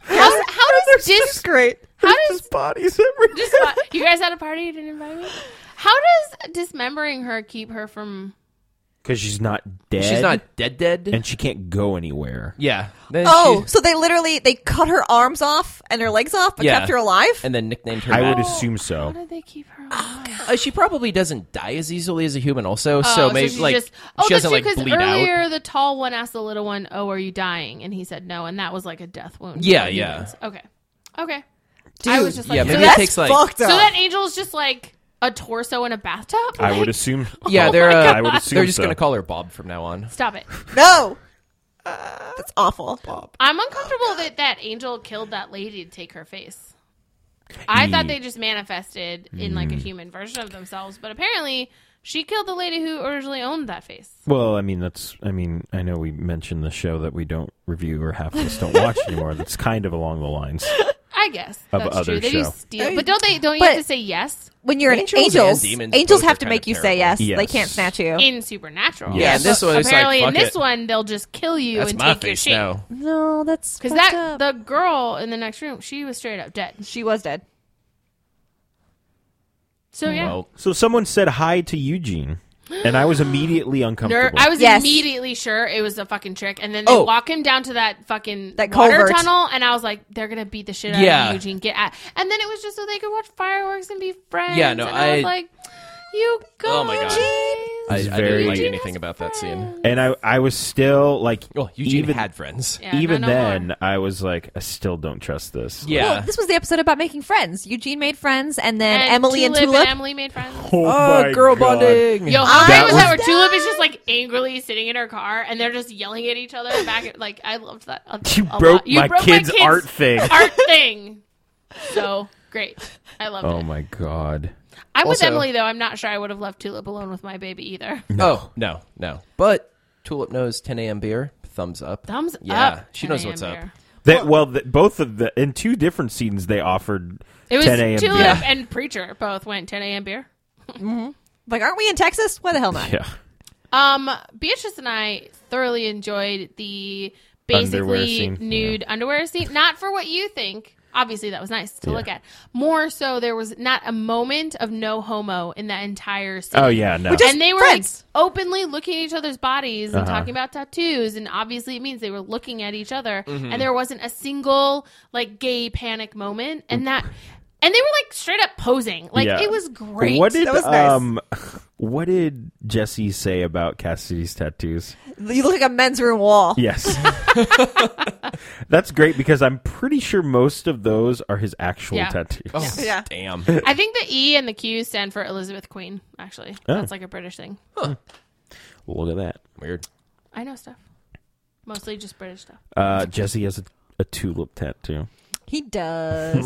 [SPEAKER 4] How, how does dis?
[SPEAKER 2] great
[SPEAKER 4] How
[SPEAKER 2] There's
[SPEAKER 4] does-
[SPEAKER 2] just bodies everywhere
[SPEAKER 4] dis- uh, you guys had a party you didn't invite me? How does dismembering her keep her from?
[SPEAKER 2] because she's not dead
[SPEAKER 1] She's not dead, dead.
[SPEAKER 2] and she can't go anywhere
[SPEAKER 1] yeah. Then
[SPEAKER 3] Oh,
[SPEAKER 1] she-
[SPEAKER 3] so they literally they cut her arms off and her legs off, but
[SPEAKER 1] Yeah.
[SPEAKER 3] kept her alive.
[SPEAKER 1] and then nicknamed her.
[SPEAKER 2] i
[SPEAKER 1] Matt.
[SPEAKER 2] would assume so
[SPEAKER 4] How did they keep her? alive?
[SPEAKER 1] Uh, she probably doesn't die as easily as a human, also.
[SPEAKER 4] Oh,
[SPEAKER 1] so maybe
[SPEAKER 4] she's
[SPEAKER 1] like
[SPEAKER 4] just, oh,
[SPEAKER 1] she doesn't
[SPEAKER 4] that's
[SPEAKER 1] like
[SPEAKER 4] true,
[SPEAKER 1] bleed
[SPEAKER 4] 'cause
[SPEAKER 1] out.
[SPEAKER 4] earlier, the tall one asked the little one, "Oh, are you dying?" And he said no, and that was like a death wound.
[SPEAKER 1] Yeah,
[SPEAKER 4] for
[SPEAKER 1] yeah.
[SPEAKER 4] humans. Okay, okay. I was just like,
[SPEAKER 1] yeah,
[SPEAKER 4] so
[SPEAKER 1] maybe
[SPEAKER 4] that's-
[SPEAKER 1] it takes like
[SPEAKER 3] fucked
[SPEAKER 4] So
[SPEAKER 3] up.
[SPEAKER 4] that angel's just like a torso in a bathtub.
[SPEAKER 2] i
[SPEAKER 4] Like,
[SPEAKER 2] would assume
[SPEAKER 1] yeah, they're
[SPEAKER 4] my
[SPEAKER 1] uh,
[SPEAKER 2] God. I would assume
[SPEAKER 1] they're just
[SPEAKER 2] so.
[SPEAKER 1] gonna call her Bob from now on.
[SPEAKER 4] Stop it!
[SPEAKER 3] no, Uh, that's awful.
[SPEAKER 4] I'm uncomfortable that that angel killed that lady to take her face. I thought they just manifested in
[SPEAKER 1] Mm.
[SPEAKER 4] like a human version of themselves, but apparently she killed the lady who originally owned that face.
[SPEAKER 2] Well, I mean, that's. I mean, I know we mentioned the show that we don't review or half of us don't watch anymore. That's kind of along the lines.
[SPEAKER 4] I guess
[SPEAKER 2] Of
[SPEAKER 4] that's
[SPEAKER 2] other
[SPEAKER 4] true. They do
[SPEAKER 2] show.
[SPEAKER 4] steal, but don't they? Don't you have
[SPEAKER 3] But-
[SPEAKER 4] to say yes
[SPEAKER 3] When you're
[SPEAKER 1] Angels
[SPEAKER 3] an
[SPEAKER 1] and
[SPEAKER 3] angels,
[SPEAKER 1] demons
[SPEAKER 3] angels
[SPEAKER 1] both
[SPEAKER 3] have
[SPEAKER 1] are
[SPEAKER 3] to
[SPEAKER 1] kind
[SPEAKER 3] make
[SPEAKER 1] of
[SPEAKER 3] you say yes.
[SPEAKER 1] terrible.
[SPEAKER 3] They
[SPEAKER 2] Yes.
[SPEAKER 3] can't snatch you.
[SPEAKER 4] in Supernatural?
[SPEAKER 1] Oh. Yeah, this
[SPEAKER 3] but
[SPEAKER 1] one is
[SPEAKER 4] apparently
[SPEAKER 1] like fuck
[SPEAKER 4] in this
[SPEAKER 1] it.
[SPEAKER 4] one they'll just kill you
[SPEAKER 1] That's
[SPEAKER 4] and
[SPEAKER 1] my
[SPEAKER 4] take your
[SPEAKER 1] face
[SPEAKER 4] shit.
[SPEAKER 1] now.
[SPEAKER 3] no, that's
[SPEAKER 4] Because that the girl in the next room, she was straight up dead.
[SPEAKER 3] she was dead.
[SPEAKER 4] So yeah,
[SPEAKER 1] Hmm. Well,
[SPEAKER 2] So someone said hi to Eugene, and I was immediately
[SPEAKER 4] Ner-
[SPEAKER 2] uncomfortable.
[SPEAKER 4] I was
[SPEAKER 3] Yes.
[SPEAKER 4] immediately sure it was a fucking trick, and then they
[SPEAKER 1] Oh.
[SPEAKER 4] walk him down to that fucking
[SPEAKER 3] That
[SPEAKER 4] water
[SPEAKER 3] culvert.
[SPEAKER 4] tunnel, and I was like, they're gonna beat the shit out
[SPEAKER 1] Yeah.
[SPEAKER 4] of Eugene. Get out! And then it was just so they could watch fireworks and be friends.
[SPEAKER 1] Yeah, no,
[SPEAKER 4] and I, was
[SPEAKER 1] I-
[SPEAKER 4] like, you guys.
[SPEAKER 1] Oh my God. I, I
[SPEAKER 2] It's
[SPEAKER 1] didn't
[SPEAKER 2] very-
[SPEAKER 1] like
[SPEAKER 2] Eugene
[SPEAKER 1] anything about that scene.
[SPEAKER 2] and I, I was still like,
[SPEAKER 1] Well, Eugene
[SPEAKER 2] even,
[SPEAKER 1] had friends.
[SPEAKER 4] Yeah,
[SPEAKER 2] even
[SPEAKER 4] not no more.
[SPEAKER 2] then, I was like, I still don't trust this.
[SPEAKER 1] Yeah.
[SPEAKER 3] Well, this was the episode about making friends. Eugene made friends, and then
[SPEAKER 4] And
[SPEAKER 3] Emily and
[SPEAKER 4] Tulip
[SPEAKER 3] Tulip.
[SPEAKER 4] Emily made friends.
[SPEAKER 2] Oh, my
[SPEAKER 1] girl
[SPEAKER 2] God.
[SPEAKER 1] bonding.
[SPEAKER 4] Yo, how great
[SPEAKER 2] That
[SPEAKER 4] was that? Where
[SPEAKER 2] was-
[SPEAKER 4] Tulip is just like angrily sitting in her car, and they're just yelling at each other back. At, like I loved that. a-
[SPEAKER 2] You
[SPEAKER 4] a
[SPEAKER 2] broke
[SPEAKER 4] lot. You
[SPEAKER 2] my kid's art thing.
[SPEAKER 4] art thing. So great. I loved
[SPEAKER 2] Oh
[SPEAKER 4] it.
[SPEAKER 2] my god.
[SPEAKER 4] I'm
[SPEAKER 1] Also-
[SPEAKER 4] with Emily though. I'm not sure I would have left Tulip alone with my baby either.
[SPEAKER 1] Oh no, no. But Tulip knows 10 a.m. beer. Thumbs up.
[SPEAKER 4] Thumbs
[SPEAKER 1] Yeah,
[SPEAKER 4] up.
[SPEAKER 1] she
[SPEAKER 4] 10
[SPEAKER 1] knows
[SPEAKER 4] a.m.
[SPEAKER 1] what's up.
[SPEAKER 4] beer.
[SPEAKER 2] That well, th both of the in two different scenes they offered
[SPEAKER 4] It was
[SPEAKER 2] 10 a.m.
[SPEAKER 4] Tulip
[SPEAKER 2] beer.
[SPEAKER 4] and Preacher both went 10 a.m. beer.
[SPEAKER 3] Like, aren't we in Texas? Why the hell not?
[SPEAKER 2] Yeah.
[SPEAKER 4] Um, Beatrice and I thoroughly enjoyed the basically
[SPEAKER 2] Underwear scene,
[SPEAKER 4] nude underwear scene. Not for what you think. Obviously, that was nice to
[SPEAKER 2] Yeah.
[SPEAKER 4] look at. More so, there was not a moment of no homo in that entire scene.
[SPEAKER 2] Oh yeah. No.
[SPEAKER 3] just
[SPEAKER 4] and they were
[SPEAKER 3] friends.
[SPEAKER 4] like openly looking at each other's bodies and
[SPEAKER 2] Uh-huh.
[SPEAKER 4] talking about tattoos, and obviously it means they were looking at each other,
[SPEAKER 2] Mm-hmm.
[SPEAKER 4] and there wasn't a single like gay panic moment, and that, and they were like straight up posing, like
[SPEAKER 2] Mm. Yeah.
[SPEAKER 4] it was great.
[SPEAKER 2] What did
[SPEAKER 3] That was nice.
[SPEAKER 2] um What did Jesse say about Cassidy's tattoos?
[SPEAKER 3] You look like a men's room wall.
[SPEAKER 2] Yes. That's great because I'm pretty sure most of those are his actual
[SPEAKER 4] Yeah.
[SPEAKER 2] tattoos.
[SPEAKER 1] Oh,
[SPEAKER 3] Yeah.
[SPEAKER 1] damn.
[SPEAKER 4] I think the E and the Q stand for Elizabeth Queen. Actually,
[SPEAKER 2] Oh.
[SPEAKER 4] that's like a British thing.
[SPEAKER 2] Look at that.
[SPEAKER 1] Weird.
[SPEAKER 4] I know stuff, mostly just British stuff.
[SPEAKER 2] Uh, Jesse has a, a tulip tattoo.
[SPEAKER 3] He does.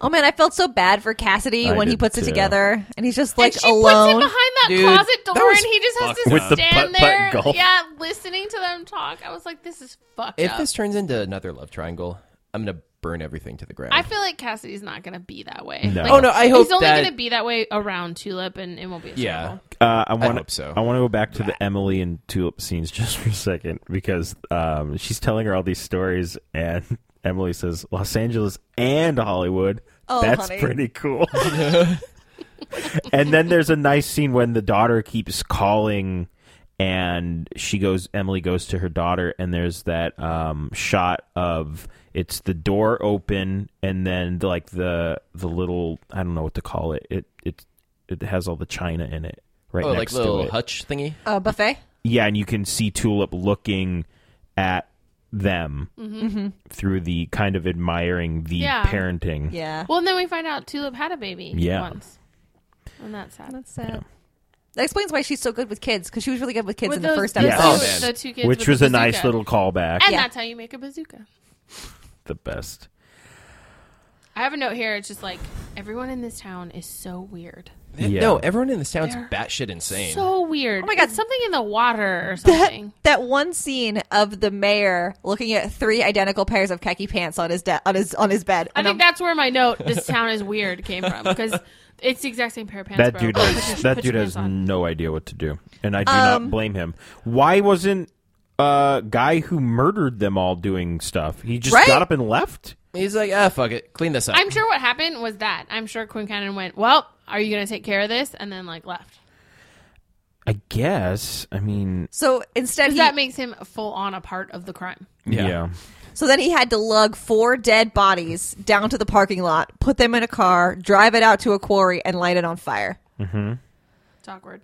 [SPEAKER 3] oh man, I felt so bad for Cassidy
[SPEAKER 2] I
[SPEAKER 3] when he
[SPEAKER 2] did
[SPEAKER 3] puts it
[SPEAKER 2] too.
[SPEAKER 3] together and he's just like
[SPEAKER 4] and she puts him
[SPEAKER 3] alone.
[SPEAKER 4] behind that
[SPEAKER 1] Dude,
[SPEAKER 4] closet
[SPEAKER 1] that
[SPEAKER 4] door,
[SPEAKER 1] was
[SPEAKER 4] and he just has
[SPEAKER 1] fucked
[SPEAKER 4] to
[SPEAKER 1] up. With
[SPEAKER 2] the
[SPEAKER 4] stand
[SPEAKER 2] putt-putt
[SPEAKER 4] there,
[SPEAKER 2] golf.
[SPEAKER 4] yeah, listening to them talk. I was like, this is fucked
[SPEAKER 1] If
[SPEAKER 4] up.
[SPEAKER 1] this turns into another love triangle, I'm gonna burn everything to the ground.
[SPEAKER 4] I feel like Cassidy's not gonna be that way.
[SPEAKER 2] No.
[SPEAKER 4] Like,
[SPEAKER 1] oh no, I hope
[SPEAKER 4] he's only
[SPEAKER 1] that.
[SPEAKER 4] gonna be that way around Tulip, and it won't be. A
[SPEAKER 1] Yeah. Oh,
[SPEAKER 4] struggle.
[SPEAKER 2] Uh, I want
[SPEAKER 1] hope so.
[SPEAKER 2] I want to go back to the Emily and Tulip scenes just for a second because um, she's telling her all these stories, and Emily says Los Angeles and Hollywood.
[SPEAKER 3] Oh,
[SPEAKER 2] That's
[SPEAKER 3] honey.
[SPEAKER 2] pretty cool. and then there's a nice scene when the daughter keeps calling, and she goes. Emily goes to her daughter, and there's that um, shot of it's the door open, and then like the the little I don't know what to call it. It it it has all the china in it. Right
[SPEAKER 1] oh, like
[SPEAKER 2] next to
[SPEAKER 1] little
[SPEAKER 2] it.
[SPEAKER 1] hutch thingy.
[SPEAKER 3] uh, buffet.
[SPEAKER 2] Yeah, and you can see Tulip looking at them
[SPEAKER 3] Mm-hmm.
[SPEAKER 2] through the kind of admiring the
[SPEAKER 4] Mm-hmm. Yeah.
[SPEAKER 2] parenting.
[SPEAKER 3] Yeah.
[SPEAKER 4] Well, and then we find out Tulip had a baby.
[SPEAKER 2] Yeah.
[SPEAKER 4] Once. And that's sad.
[SPEAKER 3] That's sad. That explains why she's so good with kids because she was really good with kids
[SPEAKER 4] With
[SPEAKER 3] in the
[SPEAKER 4] those-
[SPEAKER 3] first
[SPEAKER 4] those
[SPEAKER 3] episode.
[SPEAKER 1] Yeah. Oh,
[SPEAKER 4] two-
[SPEAKER 1] man.
[SPEAKER 4] the two kids with
[SPEAKER 2] Which
[SPEAKER 4] the
[SPEAKER 2] was a nice
[SPEAKER 4] bazooka.
[SPEAKER 2] little callback.
[SPEAKER 4] And
[SPEAKER 3] Yeah.
[SPEAKER 4] that's how you make a bazooka.
[SPEAKER 2] the best.
[SPEAKER 4] I have a note here. It's just like everyone in this town is so weird.
[SPEAKER 2] Yeah.
[SPEAKER 1] No, everyone in this town's
[SPEAKER 4] They're
[SPEAKER 1] batshit insane.
[SPEAKER 4] So weird.
[SPEAKER 3] Oh my God.
[SPEAKER 4] It's something in the water or
[SPEAKER 3] that,
[SPEAKER 4] something.
[SPEAKER 3] that one scene of the mayor looking at three identical pairs of khaki pants on his de- on his on his bed.
[SPEAKER 4] I
[SPEAKER 3] And
[SPEAKER 4] think
[SPEAKER 3] I'm-
[SPEAKER 4] that's where my note "This town is weird" came from because it's the exact same pair of pants.
[SPEAKER 2] That
[SPEAKER 4] bro.
[SPEAKER 2] dude
[SPEAKER 4] Put your-
[SPEAKER 2] has,
[SPEAKER 4] put
[SPEAKER 2] that
[SPEAKER 4] your
[SPEAKER 2] dude has
[SPEAKER 4] pants on.
[SPEAKER 2] no idea what to do. And I do
[SPEAKER 3] Um,
[SPEAKER 2] not blame him. Why wasn't uh guy who murdered them all doing stuff? He just
[SPEAKER 3] Right?
[SPEAKER 2] got up and left?
[SPEAKER 1] He's like, ah, fuck it, clean this up.
[SPEAKER 4] I'm sure what happened was that. I'm sure Quinn Cannon went, "Well, are you going to take care of this?" and then like left.
[SPEAKER 2] I guess. I mean
[SPEAKER 3] so instead,
[SPEAKER 4] Because
[SPEAKER 3] he,
[SPEAKER 4] that makes him full on a part of the crime.
[SPEAKER 1] Yeah.
[SPEAKER 2] yeah.
[SPEAKER 3] so then he had to lug four dead bodies down to the parking lot, put them in a car, drive it out to a quarry, and light it on fire.
[SPEAKER 4] It's awkward.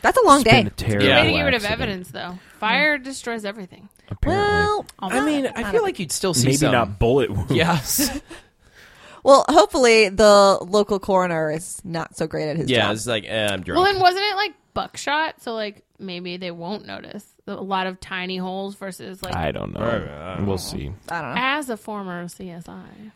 [SPEAKER 3] That's a long
[SPEAKER 2] It's been
[SPEAKER 3] day.
[SPEAKER 2] a terrible
[SPEAKER 1] Yeah.
[SPEAKER 4] Way to get rid of
[SPEAKER 2] accident,
[SPEAKER 4] evidence, though. Fire destroys everything.
[SPEAKER 2] apparently.
[SPEAKER 3] Well,
[SPEAKER 1] I mean, I feel like you'd still see
[SPEAKER 2] Maybe
[SPEAKER 1] some.
[SPEAKER 2] not bullet wounds.
[SPEAKER 1] Yes.
[SPEAKER 3] well, hopefully the local coroner is not so great at his
[SPEAKER 1] yeah.
[SPEAKER 3] job.
[SPEAKER 1] It's like, eh, I'm drunk.
[SPEAKER 4] Well, then wasn't it like buckshot? So like maybe they won't notice a lot of tiny holes versus like
[SPEAKER 2] I don't know.
[SPEAKER 1] I don't
[SPEAKER 2] We'll see.
[SPEAKER 3] I don't know.
[SPEAKER 4] as a former CSI.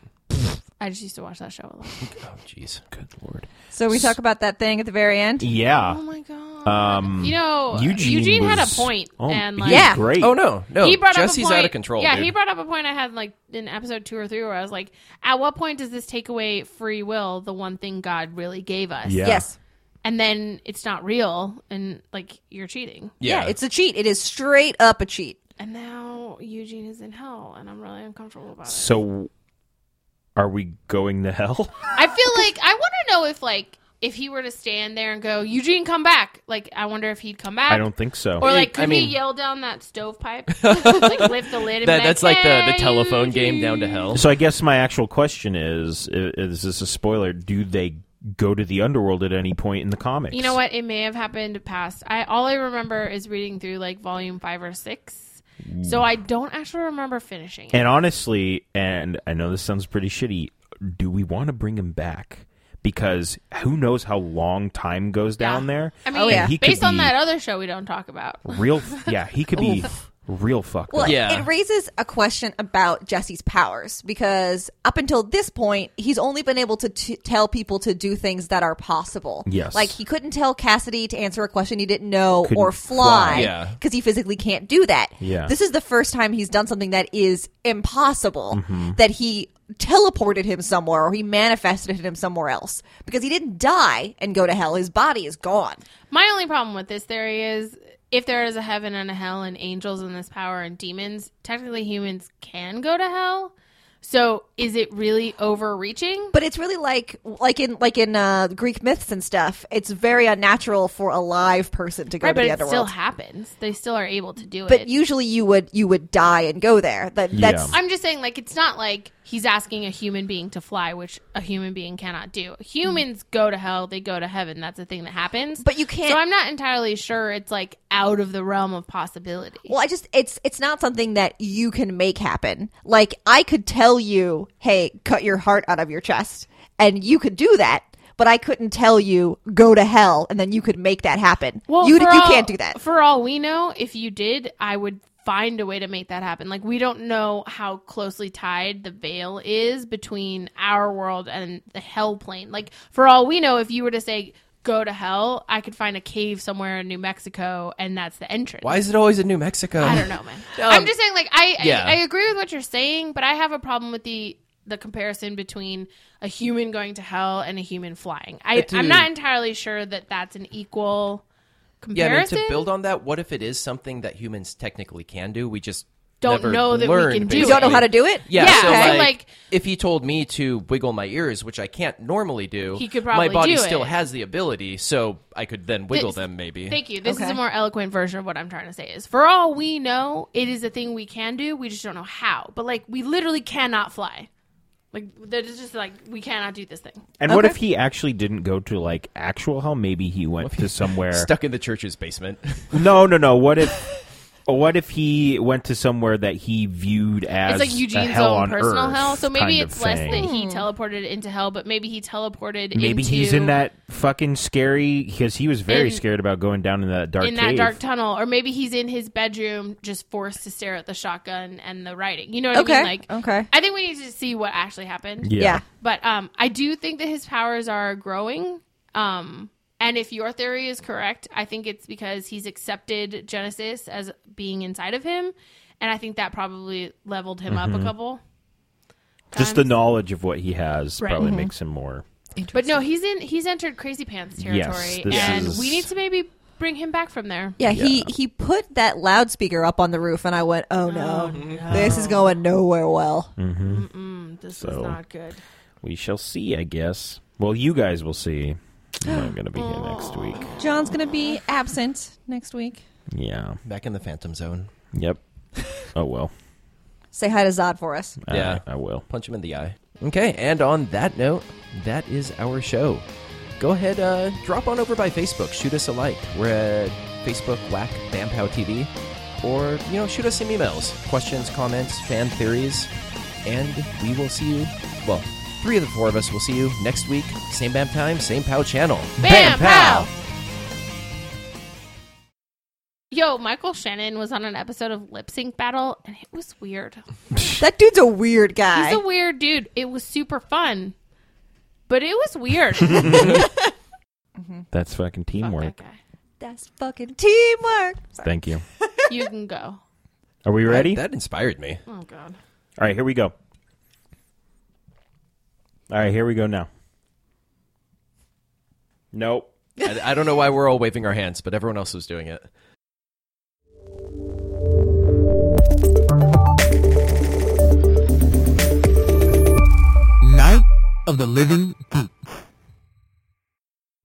[SPEAKER 4] I just used to watch that show a lot.
[SPEAKER 1] oh, jeez.
[SPEAKER 2] Good lord.
[SPEAKER 3] So we talk about that thing at the very end.
[SPEAKER 4] Oh
[SPEAKER 2] Yeah.
[SPEAKER 4] my god!
[SPEAKER 2] Um,
[SPEAKER 4] you know,
[SPEAKER 2] Eugene,
[SPEAKER 4] Eugene, had a
[SPEAKER 2] was-
[SPEAKER 4] point,
[SPEAKER 2] Oh,
[SPEAKER 4] and
[SPEAKER 2] he
[SPEAKER 4] like
[SPEAKER 2] was
[SPEAKER 3] Yeah.
[SPEAKER 2] great.
[SPEAKER 1] Oh no, no.
[SPEAKER 4] he brought
[SPEAKER 1] Jesse's
[SPEAKER 4] up a point.
[SPEAKER 1] out of control.
[SPEAKER 4] Yeah,
[SPEAKER 1] dude.
[SPEAKER 4] he brought up a point I had like in episode two or three where I was like, at what point does this take away free will, the one thing God really gave us?
[SPEAKER 2] Yeah.
[SPEAKER 3] Yes.
[SPEAKER 4] and then it's not real, and like you're cheating.
[SPEAKER 3] Yeah. it's a cheat. It is straight up a cheat.
[SPEAKER 4] And now Eugene is in hell, and I'm really uncomfortable about it.
[SPEAKER 2] So, are we going to hell?
[SPEAKER 4] I feel like I want to know if like if he were to stand there and go, Eugene, come back. Like I wonder if he'd come back.
[SPEAKER 2] I don't think so.
[SPEAKER 4] Or like, could
[SPEAKER 1] I mean-
[SPEAKER 4] he yell down that stovepipe? like lift the lid. And be
[SPEAKER 1] that, that's like the, the
[SPEAKER 4] "Hey,
[SPEAKER 1] telephone
[SPEAKER 4] Eugene."
[SPEAKER 1] game down to hell.
[SPEAKER 2] So I guess my actual question is: i- Is this a spoiler? Do they go to the underworld at any point in the comics?
[SPEAKER 4] You know what? It may have happened past. I all I remember is reading through like volume five or six, so I don't actually remember finishing it.
[SPEAKER 2] And honestly, and I know this sounds pretty shitty. Do we want to bring him back? Because who knows how long time goes down there?
[SPEAKER 4] I mean,
[SPEAKER 3] Oh, yeah.
[SPEAKER 2] And he could
[SPEAKER 4] based on
[SPEAKER 2] be
[SPEAKER 4] that uh, other show we don't talk about.
[SPEAKER 2] real, yeah, he could be real fucked
[SPEAKER 3] Well,
[SPEAKER 2] up.
[SPEAKER 1] Yeah.
[SPEAKER 3] it raises a question about Jesse's powers because up until this point, he's only been able to t- tell people to do things that are possible.
[SPEAKER 2] Yes.
[SPEAKER 3] Like he couldn't tell Cassidy to answer a question he didn't know
[SPEAKER 2] Couldn't
[SPEAKER 3] or
[SPEAKER 2] fly.
[SPEAKER 1] Yeah.
[SPEAKER 3] fly because he physically can't do that.
[SPEAKER 2] Yeah.
[SPEAKER 3] This is the first time he's done something that is impossible
[SPEAKER 2] Mm-hmm.
[SPEAKER 3] that he teleported him somewhere or he manifested him somewhere else because he didn't die and go to hell. His body is gone.
[SPEAKER 4] My only problem with this theory is if there is a heaven and a hell and angels and this power and demons, technically humans can go to hell. So is it really overreaching?
[SPEAKER 3] But it's really like like in like in uh, Greek myths and stuff. It's very unnatural for a live person to go
[SPEAKER 4] Right,
[SPEAKER 3] to
[SPEAKER 4] but
[SPEAKER 3] the
[SPEAKER 4] it still
[SPEAKER 3] underworld.
[SPEAKER 4] happens. They still are able to do it.
[SPEAKER 3] But usually you would you would die and go there. That that's
[SPEAKER 2] Yeah.
[SPEAKER 4] I'm just saying, like, it's not like he's asking a human being to fly, which a human being cannot do. Humans go to hell, they go to heaven. That's a thing that happens.
[SPEAKER 3] But you can't-
[SPEAKER 4] So I'm not entirely sure it's like out of the realm of possibility.
[SPEAKER 3] Well, I just it's it's not something that you can make happen. Like I could tell you, "Hey, cut your heart out of your chest." And you could do that, but I couldn't tell you, "Go to hell," and then you could make that happen. you
[SPEAKER 4] for
[SPEAKER 3] you
[SPEAKER 4] all-
[SPEAKER 3] can't do that.
[SPEAKER 4] For all we know, if you did, I would find a way to make that happen. Like we don't know how closely tied the veil is between our world and the hell plane. Like for all we know, if you were to say go to hell, I could find a cave somewhere in New Mexico and that's the entrance.
[SPEAKER 1] Why is it always in New Mexico?
[SPEAKER 4] I don't know, man.
[SPEAKER 2] Um,
[SPEAKER 4] I'm just saying, like, I,
[SPEAKER 1] yeah.
[SPEAKER 4] I I agree with what you're saying, but I have a problem with the the comparison between a human going to hell and a human flying. I,
[SPEAKER 1] But,
[SPEAKER 4] I'm
[SPEAKER 1] dude-
[SPEAKER 4] not entirely sure that that's an equal
[SPEAKER 1] Yeah, I mean,
[SPEAKER 4] comparison.
[SPEAKER 1] to build on that, what if it is something that humans technically can do? We just
[SPEAKER 4] Don't
[SPEAKER 1] never
[SPEAKER 4] know that we
[SPEAKER 1] learned,
[SPEAKER 4] can do it.
[SPEAKER 3] You don't know
[SPEAKER 1] basically.
[SPEAKER 3] how to do it?
[SPEAKER 1] Yeah,
[SPEAKER 4] Yeah,
[SPEAKER 1] so,
[SPEAKER 4] okay.
[SPEAKER 1] like,
[SPEAKER 4] so, like-
[SPEAKER 1] if he told me to wiggle my ears, which I can't normally do,
[SPEAKER 4] He could probably
[SPEAKER 1] my body
[SPEAKER 4] do
[SPEAKER 1] still
[SPEAKER 4] it.
[SPEAKER 1] has the ability, so I could then wiggle
[SPEAKER 4] This-
[SPEAKER 1] them maybe.
[SPEAKER 4] Thank you. This is
[SPEAKER 3] Okay.
[SPEAKER 4] a more eloquent version of what I'm trying to say is for all we know, it is a thing we can do. We just don't know how. But like we literally cannot fly. Like that is just like we cannot do this thing.
[SPEAKER 2] And what
[SPEAKER 3] Okay.
[SPEAKER 2] if he actually didn't go to like actual hell? Maybe he went to somewhere.
[SPEAKER 1] Stuck in the church's basement.
[SPEAKER 2] No, no, no. What if? What if he went to somewhere that he viewed as
[SPEAKER 4] it's like
[SPEAKER 2] a
[SPEAKER 4] Eugene's
[SPEAKER 2] hell
[SPEAKER 4] own
[SPEAKER 2] on
[SPEAKER 4] personal
[SPEAKER 2] earth
[SPEAKER 4] hell. So maybe
[SPEAKER 2] kind of
[SPEAKER 4] it's less
[SPEAKER 2] thing.
[SPEAKER 4] that he teleported into hell, but maybe he teleported.
[SPEAKER 2] Maybe
[SPEAKER 4] into,
[SPEAKER 2] he's in that fucking scary because he was very
[SPEAKER 4] In-
[SPEAKER 2] scared about going down in that dark
[SPEAKER 4] in that
[SPEAKER 2] cave.
[SPEAKER 4] dark tunnel, or maybe he's in his bedroom, just forced to stare at the shotgun and the writing. You know what I
[SPEAKER 3] Okay,
[SPEAKER 4] mean? Like,
[SPEAKER 3] okay.
[SPEAKER 4] I think we need to see what actually happened.
[SPEAKER 2] yeah.
[SPEAKER 3] Yeah.
[SPEAKER 4] But um, I do think that his powers are growing. Um, and if your theory is correct, I think it's because he's accepted Genesis as being inside of him, and I think that probably leveled him
[SPEAKER 2] Mm-hmm.
[SPEAKER 4] up a couple.
[SPEAKER 2] just the knowledge of what he has
[SPEAKER 4] Right. Mm-hmm.
[SPEAKER 2] probably makes him more.
[SPEAKER 4] But no, he's in. He's entered Crazy Pants territory,
[SPEAKER 2] this
[SPEAKER 4] and
[SPEAKER 2] is-
[SPEAKER 4] we need to maybe bring him back from there.
[SPEAKER 3] Yeah, he he put that loudspeaker up on the roof and I went, "Oh no. This is going nowhere well."
[SPEAKER 4] Hmm, This
[SPEAKER 2] So-
[SPEAKER 4] is not good.
[SPEAKER 2] We shall see, I guess. Well, you guys will see. I'm going to be here next week.
[SPEAKER 3] John's going to be absent next week.
[SPEAKER 2] Yeah.
[SPEAKER 1] Back in the Phantom Zone.
[SPEAKER 2] Yep. Oh well.
[SPEAKER 3] Say hi to Zod for us.
[SPEAKER 2] I-
[SPEAKER 1] Yeah.
[SPEAKER 2] I will.
[SPEAKER 1] punch him in the eye. Okay, and on that note, that is our show. Go ahead, uh, drop on over by Facebook, shoot us a like. We're at Facebook Whack Bampow TV, or you know, shoot us some emails, questions, comments, fan theories, and we will see you. Well, three of the four of us will see you next week, same bam time, same pow channel.
[SPEAKER 4] Bam, pow! Yo, Michael Shannon was on an episode of Lip Sync Battle, and it was weird.
[SPEAKER 3] That dude's a weird guy.
[SPEAKER 4] He's a weird dude. It was super fun, but it was weird.
[SPEAKER 2] That's fucking teamwork.
[SPEAKER 4] Okay.
[SPEAKER 3] That's fucking teamwork.
[SPEAKER 2] Thank you.
[SPEAKER 4] You can go.
[SPEAKER 2] Are we ready?
[SPEAKER 1] That inspired me.
[SPEAKER 4] Oh god.
[SPEAKER 2] All right, here we go. All right, here we go now. Nope.
[SPEAKER 1] I, I don't know why we're all waving our hands, but everyone else was doing it.
[SPEAKER 5] Night of the Living Poop.